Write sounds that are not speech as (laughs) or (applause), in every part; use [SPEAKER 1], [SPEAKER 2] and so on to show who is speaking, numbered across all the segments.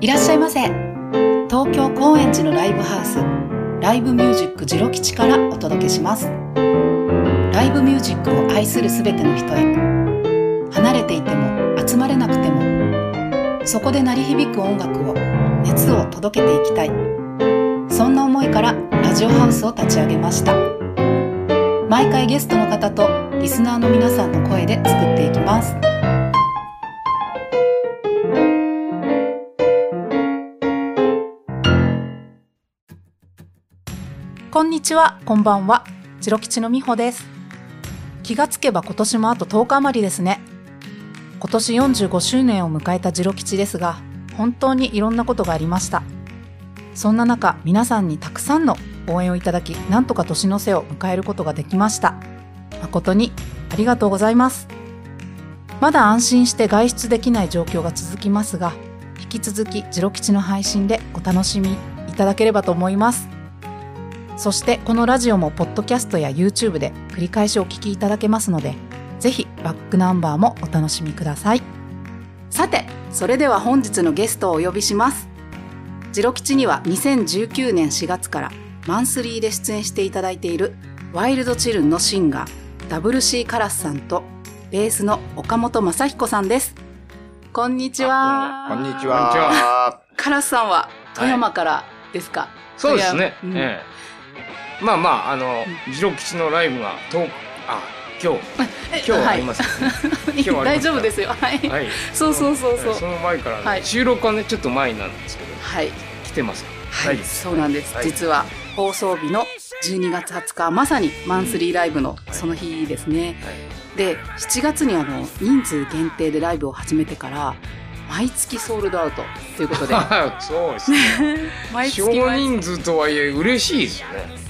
[SPEAKER 1] いらっしゃいませ東京高円寺のライブハウスライブミュージックジロ吉からお届けしますライブミュージックを愛するすべての人へ離れていても集まれなくてもそこで鳴り響く音楽を熱を届けていきたいそんな思いからラジオハウスを立ち上げました毎回ゲストの方とリスナーの皆さんの声で作っていきますこんにちは、こんばんは。ジロ吉のみほです。気がつけば今年もあと10日余りですね。今年45周年を迎えたジロ吉ですが、本当にいろんなことがありました。そんな中、皆さんにたくさんの応援をいただき、なんとか年の瀬を迎えることができました。誠にありがとうございます。まだ安心して外出できない状況が続きますが、引き続きジロ吉の配信でお楽しみいただければと思います。そしてこのラジオもポッドキャストや YouTube で繰り返しお聞きいただけますので、ぜひバックナンバーもお楽しみください。さて、それでは本日のゲストをお呼びします。ジロ吉には2019年4月からマンスリーで出演していただいているワイルドチルンのシンガー、ダブル C カラスさんとベースの岡本雅彦さんです。こんにちは。
[SPEAKER 2] こんにち
[SPEAKER 3] こんにち
[SPEAKER 2] は。
[SPEAKER 1] カラスさんは富山からですか、
[SPEAKER 3] そうですね。
[SPEAKER 1] うん
[SPEAKER 3] ええまあまあ、あの、次郎吉のライブが、と、あ、今日、今日ありますね。 (laughs)
[SPEAKER 1] (laughs)
[SPEAKER 3] 今日はあ
[SPEAKER 1] 大
[SPEAKER 3] ります
[SPEAKER 1] 丈夫ですよ。はい。
[SPEAKER 3] はい。
[SPEAKER 1] そうそうそうそう
[SPEAKER 3] ええその前からね、
[SPEAKER 1] はい
[SPEAKER 3] 収録はね、ちょっと前なんですけど、
[SPEAKER 1] はい。
[SPEAKER 3] 来てます。
[SPEAKER 1] はい、
[SPEAKER 3] はい
[SPEAKER 1] そうなんです、
[SPEAKER 3] はい
[SPEAKER 1] 実は放送日の12月20日まさにマンスリーライブのその日ですね、で7月にあの人数限定でライブを始めてから毎月ソールドアウトということで
[SPEAKER 3] そうですね。
[SPEAKER 1] (laughs) 毎
[SPEAKER 3] 少人数とはいえ、嬉しいですよね。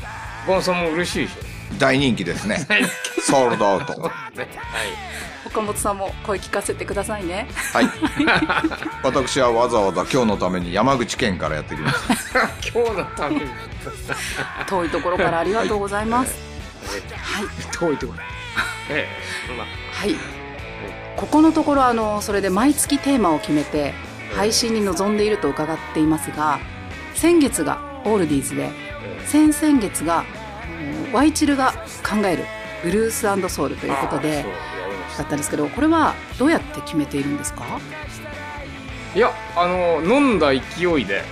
[SPEAKER 3] 岡本さんも嬉しいでし
[SPEAKER 1] (laughs)
[SPEAKER 3] ょ。
[SPEAKER 2] (laughs) 大人気ですね。
[SPEAKER 3] はい。
[SPEAKER 2] ソールドアウト。は
[SPEAKER 3] ね
[SPEAKER 1] 岡本さんも声聞かせてくださいね
[SPEAKER 2] い。
[SPEAKER 3] (laughs)
[SPEAKER 2] 私はわざわざ今日のために山口県からやってき
[SPEAKER 3] (laughs)
[SPEAKER 2] ました。
[SPEAKER 3] はい今日のために、
[SPEAKER 1] 遠いところからありがとうございますはい、
[SPEAKER 3] 遠い
[SPEAKER 1] (laughs)
[SPEAKER 3] ところ。ええまあ
[SPEAKER 1] はい、ここのところあのそれで毎月テーマを決めて配信に臨んでいると伺っていますが先月がオールディーズで
[SPEAKER 3] え
[SPEAKER 1] 先々月があのワイチルが考えるブルースソウルと
[SPEAKER 3] え
[SPEAKER 1] いうこと
[SPEAKER 3] あ
[SPEAKER 1] で
[SPEAKER 3] そうやりました
[SPEAKER 1] だったんですけどこれはどうやって決めているんですか
[SPEAKER 3] いやあの飲んだ勢いで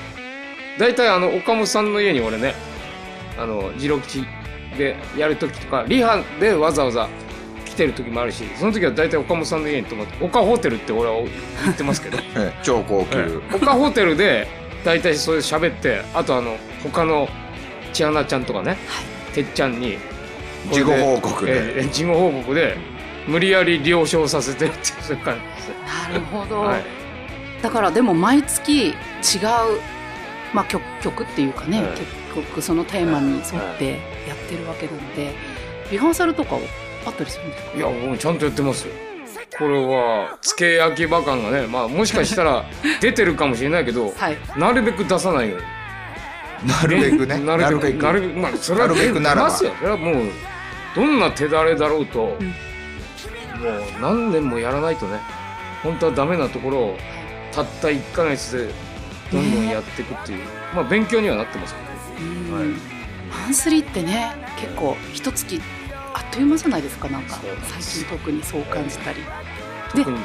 [SPEAKER 3] 大体あの岡本さんの家に俺ねあの次郎吉でやる時とかリハでわざわざ来てる時もあるしその時は大体岡本さんの家に泊まって岡ホテルって俺は言ってますけど、
[SPEAKER 2] (laughs) ええ超高級。
[SPEAKER 3] ええ岡ホテルで大体そういう喋ってあとあの他の千花ちゃんとかね、てっちゃんに
[SPEAKER 2] 事後報告で。
[SPEAKER 3] ええ事後報告で無理やり了承させてるっていうそういう感じですね。
[SPEAKER 1] なるほど、
[SPEAKER 3] はい
[SPEAKER 1] だからでも毎月違う、まあ、曲曲っていうかね、
[SPEAKER 3] はい
[SPEAKER 1] 結局そのテーマに沿ってやってるわけなのでリハーサルとかをあったりするんですか
[SPEAKER 3] いや、もうちゃんとやってますよ。これは、つけ焼きバカンがね、まあもしかしたら出てるかもしれないけど、
[SPEAKER 1] はい
[SPEAKER 3] なるべく出さないように。
[SPEAKER 2] なるべくね。
[SPEAKER 3] なるべく、な
[SPEAKER 2] なる
[SPEAKER 3] るべく、まあそれは
[SPEAKER 2] なるべくならば
[SPEAKER 3] 出ますよ。それはもう、どんな手だれだろうと、もう何年もやらないとね、本当はダメなところを、たった1ヶ月でどんどんやっていくっていう、まあ勉強にはなってますけどね。
[SPEAKER 1] うん
[SPEAKER 3] はい
[SPEAKER 1] マンスリーってね結構一月あっという間じゃないですかなんか
[SPEAKER 3] そうなんです
[SPEAKER 1] 最近特にそう感じたり、で
[SPEAKER 3] 特に
[SPEAKER 1] うん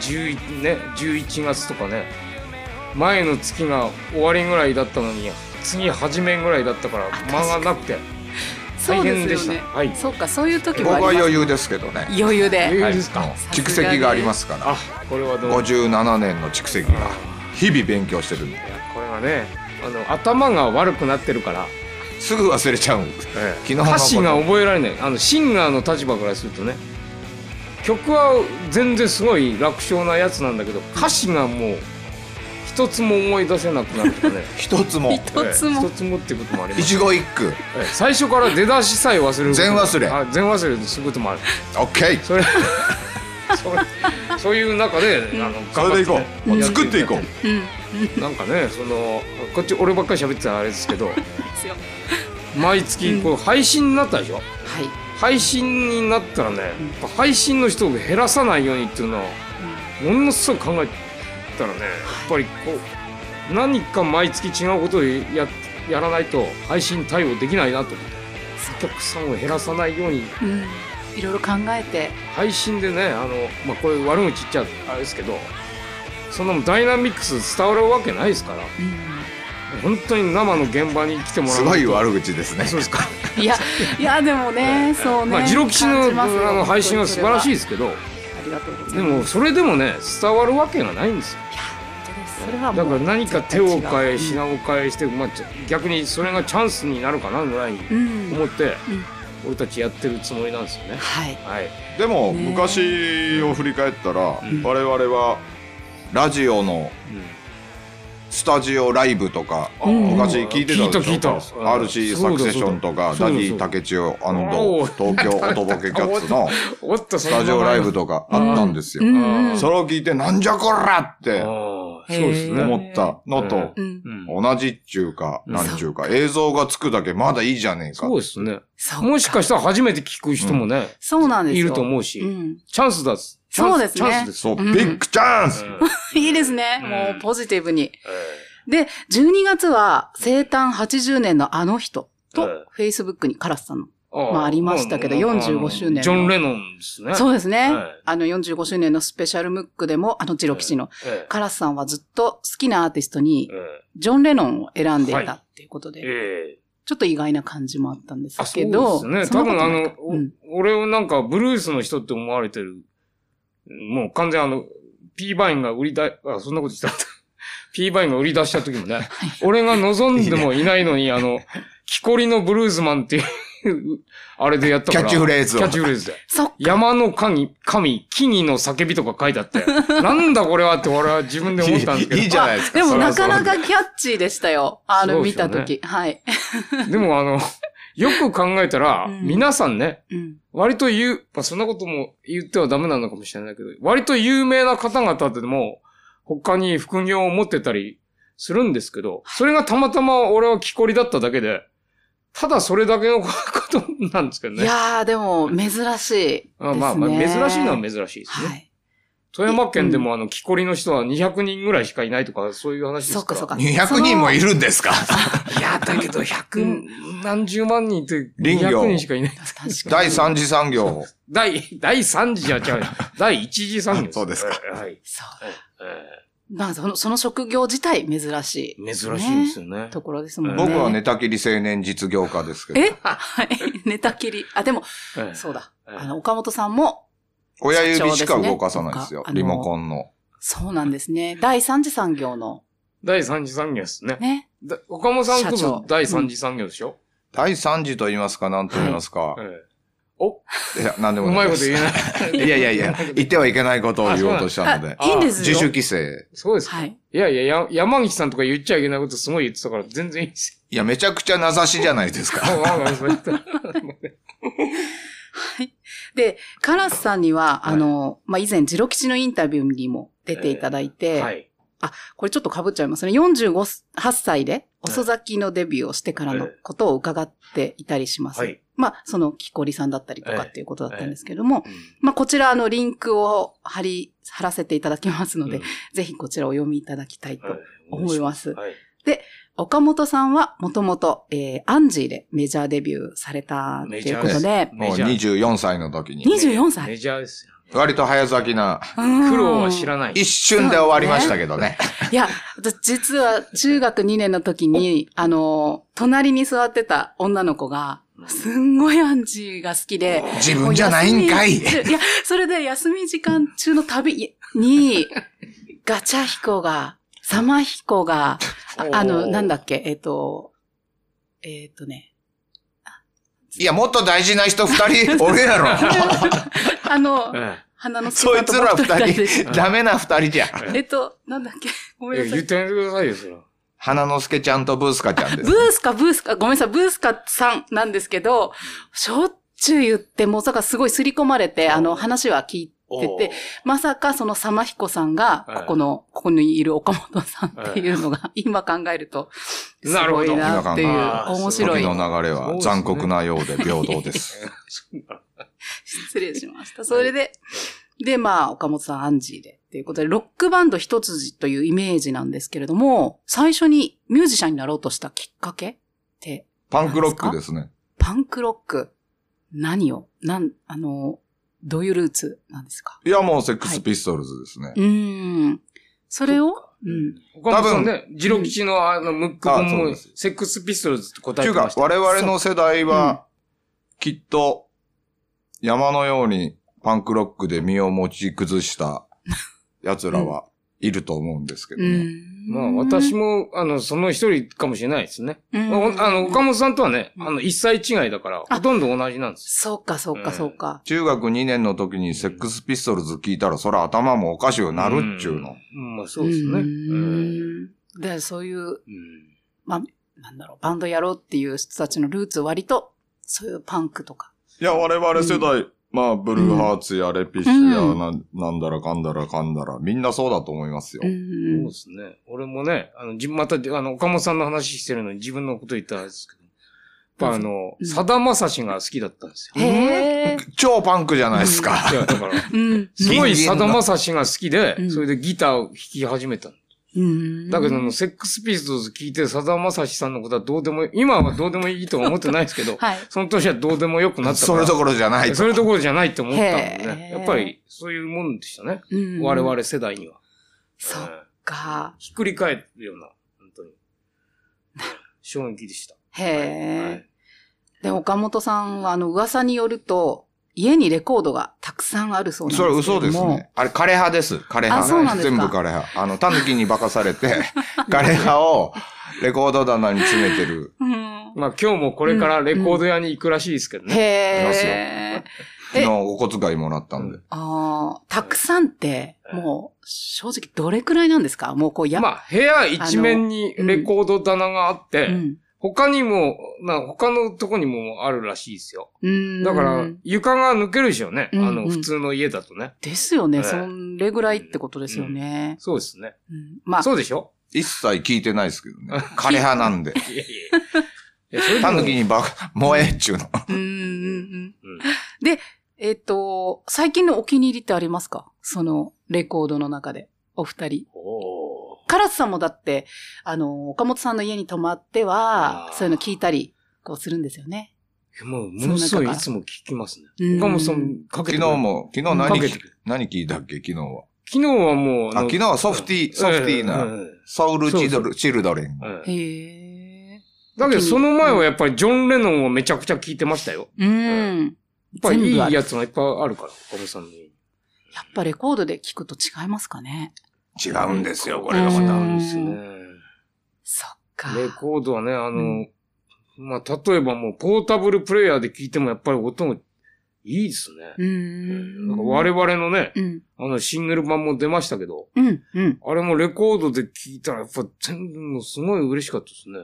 [SPEAKER 3] 11ね、11月とかね前の月が終わりぐらいだったのに次初めぐらいだったから間がなくて
[SPEAKER 1] そ
[SPEAKER 3] 大
[SPEAKER 1] う
[SPEAKER 3] 変
[SPEAKER 1] で
[SPEAKER 3] ですし
[SPEAKER 1] よ
[SPEAKER 3] た
[SPEAKER 1] ね
[SPEAKER 3] はい
[SPEAKER 1] そうかそういう時
[SPEAKER 2] 僕
[SPEAKER 1] もあ
[SPEAKER 2] は
[SPEAKER 1] ります
[SPEAKER 2] 余裕ですけどね。
[SPEAKER 1] 余裕で
[SPEAKER 3] 余
[SPEAKER 2] はい
[SPEAKER 3] 裕ですか、
[SPEAKER 1] す
[SPEAKER 2] 蓄積がありますから。
[SPEAKER 3] あこれはどうも
[SPEAKER 2] 57年の蓄積が日々勉強してるんで。
[SPEAKER 3] いやこれはねあの頭が悪くなってるから、
[SPEAKER 2] すぐ忘れちゃうんです。昨日のこと
[SPEAKER 3] 歌詞が覚えられないあのシンガーの立場からするとね曲は全然すごい楽勝なやつなんだけど歌詞がもう一つも思い出せなくなるとかね
[SPEAKER 2] 一つも。
[SPEAKER 1] 一つも
[SPEAKER 3] (laughs) 一つもっていうこともあります
[SPEAKER 2] 一語一句。
[SPEAKER 3] ええ最初から出だしさえ忘れることも
[SPEAKER 2] 全忘れ
[SPEAKER 3] あ全忘れすることもある
[SPEAKER 2] オッケー。 (laughs)
[SPEAKER 3] それそれそういう中であの
[SPEAKER 2] それでいこう。
[SPEAKER 3] や
[SPEAKER 2] 作っていこう。
[SPEAKER 1] うん
[SPEAKER 3] うなんかねそのこっち俺ばっかり喋ってたらあれですけど
[SPEAKER 1] ですよ
[SPEAKER 3] 毎月こう配信になったでしょ、
[SPEAKER 1] はい、
[SPEAKER 3] 配信になったらね、配信の人を減らさないようにっていうのはものすごく考えてったらねやっぱりこう何か毎月違うことをややらないと配信対応できないなと思ってお客さんを減らさないように
[SPEAKER 1] うん、いろいろ考えて
[SPEAKER 3] 配信でねあの、まあ、こういう悪口言っちゃあれですけどそんなもんダイナミックス伝わるわけないですから (laughs)
[SPEAKER 1] う
[SPEAKER 3] 本当に生の現場に来てもらう
[SPEAKER 2] す
[SPEAKER 3] と
[SPEAKER 2] ごい悪口ですね
[SPEAKER 3] そうですか、
[SPEAKER 1] ん、いやいやでもねそうね、
[SPEAKER 3] まあジロキシの
[SPEAKER 1] 感じますよ
[SPEAKER 3] あの配信は素晴らしいですけど
[SPEAKER 1] ありがとうござい
[SPEAKER 3] で
[SPEAKER 1] ます
[SPEAKER 3] もそれでもね伝わるわけがないんですよ
[SPEAKER 1] 本当ですそれはも
[SPEAKER 3] だ
[SPEAKER 1] う
[SPEAKER 3] から何か手を変え
[SPEAKER 1] 絶対違
[SPEAKER 3] 品
[SPEAKER 1] う
[SPEAKER 3] を変えして、まあ、ちょ逆にそれがチャンスになるかなぐらいに
[SPEAKER 1] うん、うん
[SPEAKER 3] 思って、俺たちやってるつもりなんですよね。
[SPEAKER 1] はい
[SPEAKER 3] はい、
[SPEAKER 2] でも
[SPEAKER 1] ねえ
[SPEAKER 2] 昔を振り返ったら、
[SPEAKER 3] うん
[SPEAKER 2] 我々はラジオのスタジオライブとか、
[SPEAKER 1] うん
[SPEAKER 2] 昔聞いてたでしょ
[SPEAKER 3] 聞いた聞いた
[SPEAKER 2] RC サクセションとか
[SPEAKER 3] そ
[SPEAKER 2] ダ
[SPEAKER 3] うだそうだ
[SPEAKER 2] ディ竹千代
[SPEAKER 3] おお
[SPEAKER 2] 東京おとぼけキャッツの
[SPEAKER 3] おっ (laughs) とそ
[SPEAKER 2] ス
[SPEAKER 3] の
[SPEAKER 2] タジオライブとかあったんですよ、
[SPEAKER 1] うん
[SPEAKER 3] あー
[SPEAKER 2] それを聞いてなんじゃこらっ
[SPEAKER 3] あ
[SPEAKER 2] て
[SPEAKER 3] ーそうです
[SPEAKER 1] へー
[SPEAKER 3] ね。
[SPEAKER 2] 思ったのと、
[SPEAKER 1] うん、
[SPEAKER 3] うん
[SPEAKER 2] 同じっちゅうか、
[SPEAKER 3] うん
[SPEAKER 2] なんちゅうか、映像がつくだけまだいいじゃねえか
[SPEAKER 3] そう。ですね。
[SPEAKER 1] そう
[SPEAKER 3] もしかしたら初めて聞く人もね、
[SPEAKER 1] そうなんです
[SPEAKER 3] い
[SPEAKER 1] よ
[SPEAKER 3] ると思う
[SPEAKER 1] う
[SPEAKER 3] し、
[SPEAKER 1] ん、
[SPEAKER 3] チャンスだす。チャン
[SPEAKER 1] そうですね
[SPEAKER 3] チャンスです。
[SPEAKER 2] そう、
[SPEAKER 1] うん
[SPEAKER 2] ビッグチャンス
[SPEAKER 3] う
[SPEAKER 1] (laughs)
[SPEAKER 3] ん
[SPEAKER 1] いいですね、
[SPEAKER 3] うん
[SPEAKER 1] もうポジティブに
[SPEAKER 3] えー
[SPEAKER 1] で12月は生誕80年のあの人と
[SPEAKER 3] え
[SPEAKER 1] Facebook にカラスさんの
[SPEAKER 3] ー
[SPEAKER 1] まあありましたけど
[SPEAKER 3] まあまあ
[SPEAKER 1] 45周年の
[SPEAKER 3] ジョン・レノンですね。
[SPEAKER 1] そうですね。
[SPEAKER 3] はい
[SPEAKER 1] あの45周年のスペシャルムックでも、あのジロキシの、
[SPEAKER 3] え
[SPEAKER 1] カラスさんはずっと好きなアーティストに
[SPEAKER 3] ーえ
[SPEAKER 1] ジョン・レノンを選んでい
[SPEAKER 3] はい
[SPEAKER 1] たっていうことで、
[SPEAKER 3] ーえー
[SPEAKER 1] ちょっと意外な感じもあったんです
[SPEAKER 3] あ、
[SPEAKER 1] けど、
[SPEAKER 3] そうです
[SPEAKER 1] そ
[SPEAKER 3] ね。多
[SPEAKER 1] んなこと
[SPEAKER 3] 分あ
[SPEAKER 1] ない
[SPEAKER 3] の
[SPEAKER 1] か、うん
[SPEAKER 3] お俺をなんかブルースの人って思われてる。もう完全にあの、P バインが売りだ、あ、そんなことした。P (laughs) バインが売り出した時もね、俺が望んでもいないのに、あの、木こりのブルースマンっていう、あれでやった
[SPEAKER 2] キ
[SPEAKER 3] か
[SPEAKER 2] ャ
[SPEAKER 3] ら。
[SPEAKER 2] ッチフ
[SPEAKER 3] レ
[SPEAKER 2] レーズ
[SPEAKER 3] キ
[SPEAKER 2] を
[SPEAKER 3] ャッ。チフレーズで。
[SPEAKER 1] そっ
[SPEAKER 3] 山の神、神、木々の叫びとか書いて
[SPEAKER 1] (laughs)
[SPEAKER 3] あって、なんだこれはって俺は自分で思ったんですけど。
[SPEAKER 2] いいじゃないですか。
[SPEAKER 1] でも
[SPEAKER 2] それ
[SPEAKER 1] な
[SPEAKER 2] はそ
[SPEAKER 1] か
[SPEAKER 2] れで
[SPEAKER 1] なかキャッチーでしたよ。あの、
[SPEAKER 3] そうで
[SPEAKER 1] 見
[SPEAKER 3] すよ
[SPEAKER 1] た
[SPEAKER 3] ね
[SPEAKER 1] とき。はい。
[SPEAKER 3] でもあの、よく考えたら、
[SPEAKER 1] うん
[SPEAKER 3] 皆さんね、
[SPEAKER 1] うん。
[SPEAKER 3] 割と言う、まあ、そんなことも言ってはダメなのかもしれないけど、割と有名な方々でも、他に副業を持ってたりするんですけど、それがたまたま俺は木こりだっただけで、ただそれだけのことなんですけど
[SPEAKER 1] い
[SPEAKER 3] ね。
[SPEAKER 1] やー、でも、珍しいです、ね。
[SPEAKER 3] あまあ、まあ、珍しいのは珍しいですね。
[SPEAKER 1] はい。
[SPEAKER 3] 富山県でもあの、木こりの人は200人ぐらいしかいないとか、そういう話で
[SPEAKER 1] そ
[SPEAKER 3] す
[SPEAKER 1] っか
[SPEAKER 3] から。
[SPEAKER 1] そっか。
[SPEAKER 2] 200人もいるんで
[SPEAKER 1] (laughs)
[SPEAKER 2] すか
[SPEAKER 3] いや、だけど100、何十万人って、
[SPEAKER 2] 林業
[SPEAKER 3] 200人しかいない。
[SPEAKER 1] その。確か
[SPEAKER 2] 第
[SPEAKER 1] に。
[SPEAKER 2] 三次産業。
[SPEAKER 3] 第、第3次じゃ違う。第1次産業
[SPEAKER 2] あ (laughs) そうですか。
[SPEAKER 3] えーはい。
[SPEAKER 1] そう。
[SPEAKER 3] えー
[SPEAKER 1] まあ、その、その職業自体珍しい、
[SPEAKER 3] 珍しいですよね。
[SPEAKER 1] ところですもんね。
[SPEAKER 2] 僕は寝たきり青年実業家ですけど。
[SPEAKER 1] え (laughs) はい。寝たきり。あ、でも、
[SPEAKER 3] ええ
[SPEAKER 1] そうだ。
[SPEAKER 3] ええ
[SPEAKER 1] あの、岡本さんも、
[SPEAKER 2] 親指しか動かさないですよ。
[SPEAKER 1] 社長ですね
[SPEAKER 2] リモコンの。
[SPEAKER 1] そうなんですね。第三次産業の、
[SPEAKER 3] 第三次産業ですね。
[SPEAKER 1] ね。
[SPEAKER 3] だ岡本さん
[SPEAKER 1] 社
[SPEAKER 3] こそ
[SPEAKER 1] 長
[SPEAKER 3] 第三次産業でしょ、
[SPEAKER 2] 第三次と言いますか、何と言いますか。
[SPEAKER 3] ええお、
[SPEAKER 2] いや、何で
[SPEAKER 3] う
[SPEAKER 2] もな
[SPEAKER 3] まい
[SPEAKER 2] い
[SPEAKER 3] こ
[SPEAKER 2] で
[SPEAKER 3] と
[SPEAKER 2] す。
[SPEAKER 3] 言えない。
[SPEAKER 2] いやいやいや、言ってはいけないことを言おうとしたので
[SPEAKER 1] あ。いいんです
[SPEAKER 2] 自
[SPEAKER 1] よ。
[SPEAKER 2] 主規制。
[SPEAKER 3] そうですか。、
[SPEAKER 1] はいい。
[SPEAKER 3] やいやや、山岸さんとか言っちゃいけないことすごい言ってたから全然いいです
[SPEAKER 2] いや、めちゃくちゃ名指しじゃないです
[SPEAKER 3] よ。
[SPEAKER 2] か。
[SPEAKER 3] まあまあそういった
[SPEAKER 1] で、カラスさんには、
[SPEAKER 3] はい
[SPEAKER 1] あの、まあ、以前、ジロ吉のインタビューにも出ていただいて、
[SPEAKER 3] はい。
[SPEAKER 1] これちょっと被っちゃいますね。45、8歳で、遅咲きのデビューをしてからのことを伺っていたりします。
[SPEAKER 3] はい。
[SPEAKER 1] まあ、その、木こりさんだったりとかっていうことだったんですけども、
[SPEAKER 3] うん
[SPEAKER 1] まあ、こちら、あの、リンクを貼り、貼らせていただきますので、
[SPEAKER 3] うん
[SPEAKER 1] ぜひこちらをお読みいただきたいと
[SPEAKER 3] はい
[SPEAKER 1] 思います。
[SPEAKER 3] はい。
[SPEAKER 1] 岡本さんはもともと、えー、アンジーでメジャーデビューされたっていうことで、
[SPEAKER 2] もう24歳の時に。
[SPEAKER 1] 24歳
[SPEAKER 3] メジャーですよ。
[SPEAKER 2] 割と早咲きな、
[SPEAKER 3] 苦労は知らない。
[SPEAKER 2] 一瞬で終わりましたけどね。
[SPEAKER 1] (laughs) い。いや、私実は中学2年の時に、あのー、隣に座ってた女の子が、すんごいアンジーが好きで、
[SPEAKER 2] 自分じゃないんかい
[SPEAKER 1] もう。休み中いや、それで休み時間中の旅に、ガチャヒコが、サマヒコが、ああの、なんだっけ、えっ、と、えっ、と
[SPEAKER 2] (laughs)
[SPEAKER 1] ね、
[SPEAKER 2] いや、もっと大事な人二人おる
[SPEAKER 1] (laughs)
[SPEAKER 2] やろ。
[SPEAKER 1] あの
[SPEAKER 3] え、え
[SPEAKER 1] 花の隙
[SPEAKER 2] そ
[SPEAKER 1] 間
[SPEAKER 2] い
[SPEAKER 1] と
[SPEAKER 2] つら
[SPEAKER 1] 僕と
[SPEAKER 2] 二
[SPEAKER 1] でし
[SPEAKER 2] 人、ダメな二人じゃ。
[SPEAKER 1] えっと、なんだっけ、ごめん
[SPEAKER 3] いや
[SPEAKER 1] なさ
[SPEAKER 3] 言っ
[SPEAKER 1] い。
[SPEAKER 3] てあげてくださいよ、それは。
[SPEAKER 2] 花之助ちゃんとブースカちゃんで
[SPEAKER 1] ブ
[SPEAKER 2] す。
[SPEAKER 1] ースカ、ブースカ、ごめんなさい、ブースカさんなんですけど、しょっちゅう言って、もうだからすごい刷り込まれて、あの、話は聞いてて、まさかそのサマヒコさんが、
[SPEAKER 3] ええ
[SPEAKER 1] ここの、ここにいる岡本さんっていうの
[SPEAKER 3] (laughs)
[SPEAKER 1] が、今考えると、す
[SPEAKER 3] なるほ
[SPEAKER 1] ご
[SPEAKER 3] ど
[SPEAKER 1] いなっていう、
[SPEAKER 3] 今考えると
[SPEAKER 1] 面白
[SPEAKER 2] 時
[SPEAKER 1] い。
[SPEAKER 2] の流れは残酷なようで平等です。
[SPEAKER 1] 失礼しました。それで、で、まあ、岡本さん、アンジーでっていうことで、ロックバンド一筋というイメージなんですけれども、最初にミュージシャンになろうとしたきっかけって、
[SPEAKER 2] パンクロックですね。
[SPEAKER 1] パンクロック、何を、なん、あの、どういうルーツなんですか
[SPEAKER 2] いや、もうセックスピストルズですね。
[SPEAKER 1] うーん。それを、うん。
[SPEAKER 3] 岡本さんね、ジロキチのあの、ムック本
[SPEAKER 2] あそう
[SPEAKER 3] も
[SPEAKER 2] です、
[SPEAKER 3] セックスピストルズって
[SPEAKER 2] っ
[SPEAKER 3] 答
[SPEAKER 2] てい
[SPEAKER 3] え
[SPEAKER 2] う
[SPEAKER 3] てま
[SPEAKER 2] か
[SPEAKER 3] し、た。
[SPEAKER 2] 我々の世代は、きっと、山のようにパンクロックで身を持ち崩した奴らはいると思うんですけど
[SPEAKER 1] う
[SPEAKER 2] ね。
[SPEAKER 1] ん。
[SPEAKER 3] まあ、私も、あの、その一人かもしれないですね。
[SPEAKER 1] うん、
[SPEAKER 3] まあほんあの、岡本さんとはね、
[SPEAKER 1] うん
[SPEAKER 3] あの、一切違いだから、ほとんど同じなんです
[SPEAKER 1] そうか、そうか、そうか。
[SPEAKER 2] 中学2年の時にセックスピストルズ聞いたら、そら頭もおかしく
[SPEAKER 3] よ。
[SPEAKER 2] なるっちゅうの。
[SPEAKER 3] ん。まあ、そうですね。
[SPEAKER 1] う
[SPEAKER 3] うん
[SPEAKER 1] んで、そういう、
[SPEAKER 3] うん
[SPEAKER 1] なんだろう、バンドやろうっていう人たちのルーツ割と、そういうパンクとか。
[SPEAKER 2] いや、我々世代、まあ、ブルーハーツやレピッシュや、ななんだらかんだらかんだら、みんなそうだと思いますよ。
[SPEAKER 3] そうですね。俺もね、あの、自分また、あの、岡本さんの話してるのに自分のこと言ったんですけど、やっぱあの
[SPEAKER 1] う、ん
[SPEAKER 3] さだまさしが好きだったんですよ。
[SPEAKER 1] へえ。
[SPEAKER 2] 超パンクじゃないですか。
[SPEAKER 3] いや、だから、
[SPEAKER 1] (laughs) うん。
[SPEAKER 3] すごい
[SPEAKER 2] 人間
[SPEAKER 3] さ
[SPEAKER 2] だ
[SPEAKER 3] だまさしが好き
[SPEAKER 1] う
[SPEAKER 3] で、
[SPEAKER 1] ん
[SPEAKER 3] それでギターを弾き始めたの。
[SPEAKER 1] うん
[SPEAKER 3] だけど、あの、セックスピーストルズ聞いて、さだまさしさんのことはどうでもいい、今はどうでもいいとは思ってないですけど、
[SPEAKER 1] (laughs) はい。
[SPEAKER 3] その年はどうでもよくなったか
[SPEAKER 2] (laughs) そ
[SPEAKER 3] ら。
[SPEAKER 2] れどころじゃないと。
[SPEAKER 3] それどころじゃないと思ったんでね
[SPEAKER 1] へ。ー
[SPEAKER 3] やっぱり、そういうもんでしたね。
[SPEAKER 1] うん
[SPEAKER 3] 我。々世代には。
[SPEAKER 1] そ
[SPEAKER 3] うん
[SPEAKER 1] っか。
[SPEAKER 3] ひっくり返るような、本当に。衝撃でした。は
[SPEAKER 1] へえ
[SPEAKER 3] い。
[SPEAKER 1] で、岡本さんは、あの、噂によると、家にレコードがたくさんあるそうなんです
[SPEAKER 2] そ
[SPEAKER 1] け
[SPEAKER 2] れ
[SPEAKER 1] れども。
[SPEAKER 2] 嘘ですね。。あれ、枯葉です。枯葉。
[SPEAKER 1] あそうなんですか
[SPEAKER 2] 全部枯葉。あの、狸に化かさ
[SPEAKER 1] (laughs)
[SPEAKER 2] れて、枯葉をレコード棚に詰めてる。
[SPEAKER 1] うん。
[SPEAKER 3] まあ今日もこれからレコード屋に行くらしいですけどね。
[SPEAKER 2] いますよ
[SPEAKER 1] へえ。
[SPEAKER 2] 昨日お小遣いもらったんで。
[SPEAKER 1] ああ、たくさんって、もう、正直どれくらいなんですかもうこう、や、
[SPEAKER 3] まあ部屋一面にレコード棚があって、
[SPEAKER 1] うん
[SPEAKER 3] 他にも、な他のとこにもあるらしいですよ。
[SPEAKER 1] うん。
[SPEAKER 3] だから床が抜けるでしょうね。
[SPEAKER 1] うん
[SPEAKER 3] あの
[SPEAKER 1] うん
[SPEAKER 3] 普通の家だとね。
[SPEAKER 1] ですよね。
[SPEAKER 3] ええ
[SPEAKER 1] それぐらいってことですよね。
[SPEAKER 3] そうですね。
[SPEAKER 1] うんまあ、
[SPEAKER 3] そうでしょ
[SPEAKER 2] 一切聞いてないですけどね。枯葉な
[SPEAKER 1] (laughs)
[SPEAKER 2] んで。
[SPEAKER 3] いやいやいや。いや
[SPEAKER 2] (laughs)
[SPEAKER 3] それでも
[SPEAKER 2] 狸に化か、燃えっちゅうの。
[SPEAKER 1] うんうんうん
[SPEAKER 3] うん
[SPEAKER 1] えっ、と、最近のお気に入りってありますかその、レコードの中で、お二人。
[SPEAKER 3] おー
[SPEAKER 1] カラスさんもだって、あの、岡本さんの家に泊まっては
[SPEAKER 3] あ、ー
[SPEAKER 1] そういうの聞いたり、こうするんですよね。
[SPEAKER 3] もう、ものすごいいつも聞きます
[SPEAKER 1] うん
[SPEAKER 3] ね。岡本さん、かけて
[SPEAKER 2] 昨日
[SPEAKER 3] くれる。
[SPEAKER 2] も、昨日何
[SPEAKER 3] かけて
[SPEAKER 2] 聞
[SPEAKER 3] くれる
[SPEAKER 2] 何聞いたっけ昨日は。
[SPEAKER 3] 昨日はもう、
[SPEAKER 2] あ、昨日はソフティー、ソフティー
[SPEAKER 3] うん
[SPEAKER 2] な、
[SPEAKER 3] うんうん
[SPEAKER 2] ソウルチド
[SPEAKER 3] そうそ
[SPEAKER 2] ル、チルドレン。
[SPEAKER 3] うん
[SPEAKER 1] へえ。
[SPEAKER 3] だけど、その前はやっぱりジョン・レノンをめちゃくちゃ聞いてましたよ。
[SPEAKER 1] うん。
[SPEAKER 3] やっぱりいい
[SPEAKER 1] 全部ある
[SPEAKER 3] やつがいっぱいあるから、岡本さんの家に。
[SPEAKER 1] やっぱレコードで聞くと違いますかね。
[SPEAKER 2] 違うんですよ、これがま
[SPEAKER 1] う
[SPEAKER 2] た。
[SPEAKER 1] ん
[SPEAKER 3] なんですね。
[SPEAKER 1] そっか。
[SPEAKER 3] レコードはね、あ
[SPEAKER 1] う
[SPEAKER 3] の、まあ、例えばもう、ポータブルプレイヤーで聞いてもやっぱり音もいいですね。
[SPEAKER 1] うん。
[SPEAKER 3] なんか我々のね、
[SPEAKER 1] うん。
[SPEAKER 3] あの、シングル版も出ましたけど、
[SPEAKER 1] うん。うん。
[SPEAKER 3] あれもレコードで聞いたら、やっぱ全部もうすごい嬉しかったですね。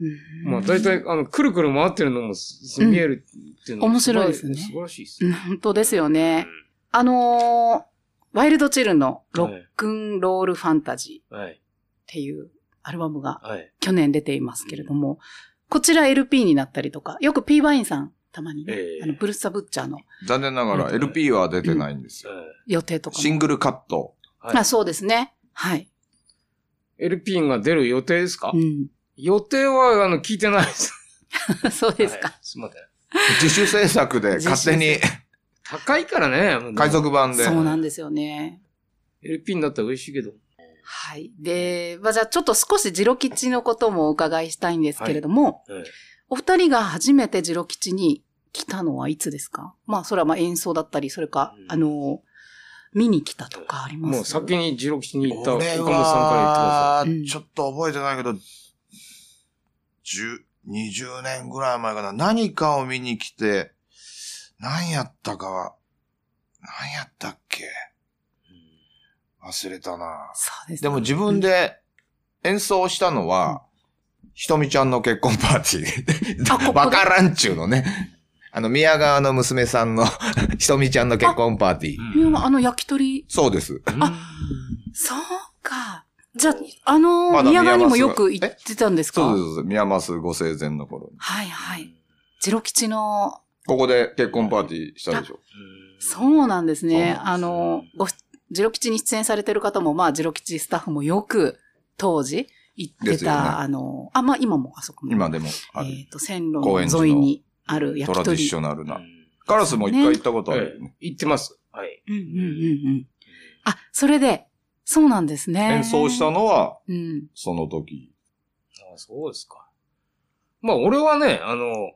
[SPEAKER 1] うん
[SPEAKER 3] まあ、大体、あの、くるくる回ってるのもす見えるっていうのも
[SPEAKER 1] うん面白いですね
[SPEAKER 3] 素晴らしいです
[SPEAKER 1] う
[SPEAKER 3] ね。
[SPEAKER 1] ん本当ですよね。あのーワイルドチルのロックンロールファンタジーっ
[SPEAKER 3] うん。はい。
[SPEAKER 1] ていうアルバムが
[SPEAKER 3] はい。
[SPEAKER 1] 去年出ていますけれども、こちら LP になったりとか、よく P バインさんたまにね、
[SPEAKER 3] ええ
[SPEAKER 1] あのブルッサブッチャーの
[SPEAKER 2] 残念ながら LP は出てないんですよ。
[SPEAKER 1] 予定とかも。
[SPEAKER 2] シングルカット。
[SPEAKER 3] はい
[SPEAKER 1] あそうですね。はい。
[SPEAKER 3] LP が出る予定ですか、
[SPEAKER 1] うん。 (laughs)
[SPEAKER 3] 予定は、あの、聞いてないです。
[SPEAKER 1] そう (laughs) ですか。
[SPEAKER 3] はいすいません。
[SPEAKER 2] 自主制作で勝手に
[SPEAKER 3] 高いからね。もうね
[SPEAKER 2] 海賊版で。
[SPEAKER 1] そうなんですよね。
[SPEAKER 3] LP になったら嬉しいけど。
[SPEAKER 1] はい。で、まあ、じゃあちょっと少しジロ吉のこともお伺いしたいんですけれども、
[SPEAKER 3] え
[SPEAKER 1] お二人が初めてジロ吉に来たのはいつですかまあ、それはまあ演奏だったり、それか、
[SPEAKER 3] うん
[SPEAKER 1] あの、見に来たとかあり
[SPEAKER 3] え
[SPEAKER 1] ます
[SPEAKER 3] もう先にジロキシに行った岡本さ
[SPEAKER 2] 俺
[SPEAKER 3] ん
[SPEAKER 1] 岡
[SPEAKER 3] か
[SPEAKER 2] は
[SPEAKER 1] 本さんから言ってください
[SPEAKER 2] ちょっと覚えてないけど、10、20年ぐらい前かな。何かを見に来て、何やったかは、何やったっけ忘れたな。
[SPEAKER 1] そうです。
[SPEAKER 2] でも自分で演奏したのは、ひとみちゃんの結婚パーティ
[SPEAKER 1] あここ
[SPEAKER 2] ー。
[SPEAKER 1] で
[SPEAKER 2] バカランチューのね。あの、宮川の娘さんの (laughs) ひとみちゃんの結婚パーティー。
[SPEAKER 3] ら言ってください。
[SPEAKER 1] うんあの焼き鳥、
[SPEAKER 2] そうです。
[SPEAKER 1] そうか。じゃあ、あの、
[SPEAKER 2] まだ
[SPEAKER 1] 宮川にも
[SPEAKER 2] 宮川
[SPEAKER 1] よ
[SPEAKER 2] すご
[SPEAKER 1] く
[SPEAKER 2] い
[SPEAKER 1] 行ってたんです
[SPEAKER 2] そ
[SPEAKER 1] か
[SPEAKER 2] うですそうです。宮益ご生前の頃に。
[SPEAKER 1] はいはい。ジロ吉の、
[SPEAKER 2] ここで結婚パーティーしたでしょ。
[SPEAKER 1] そうなんですね。
[SPEAKER 3] そう
[SPEAKER 1] あ
[SPEAKER 3] なんですね
[SPEAKER 1] の、ご、ジロ吉に出演されてる方も、まあ、ジロ吉スタッフもよく、当時、行って
[SPEAKER 2] ですよ
[SPEAKER 1] た、
[SPEAKER 2] ね
[SPEAKER 1] あの、あ、まあ、今もあそこも。
[SPEAKER 2] 今でもある
[SPEAKER 1] えっ、と、線路
[SPEAKER 2] 高円寺
[SPEAKER 1] の
[SPEAKER 2] の
[SPEAKER 1] 沿いにある
[SPEAKER 2] ト
[SPEAKER 1] 焼
[SPEAKER 2] ラ
[SPEAKER 1] き
[SPEAKER 2] ディ
[SPEAKER 1] 鳥。
[SPEAKER 2] ショナル
[SPEAKER 3] う
[SPEAKER 2] な。
[SPEAKER 3] ん
[SPEAKER 2] カラスも一回行ったことあるよね。
[SPEAKER 3] 行ってます。はい。
[SPEAKER 1] うんうんうんうん。あ、それで、そうなんですね。
[SPEAKER 2] 演奏したのは、
[SPEAKER 1] うん。
[SPEAKER 2] その時。
[SPEAKER 3] あそうですか。まあ、俺はね、あの、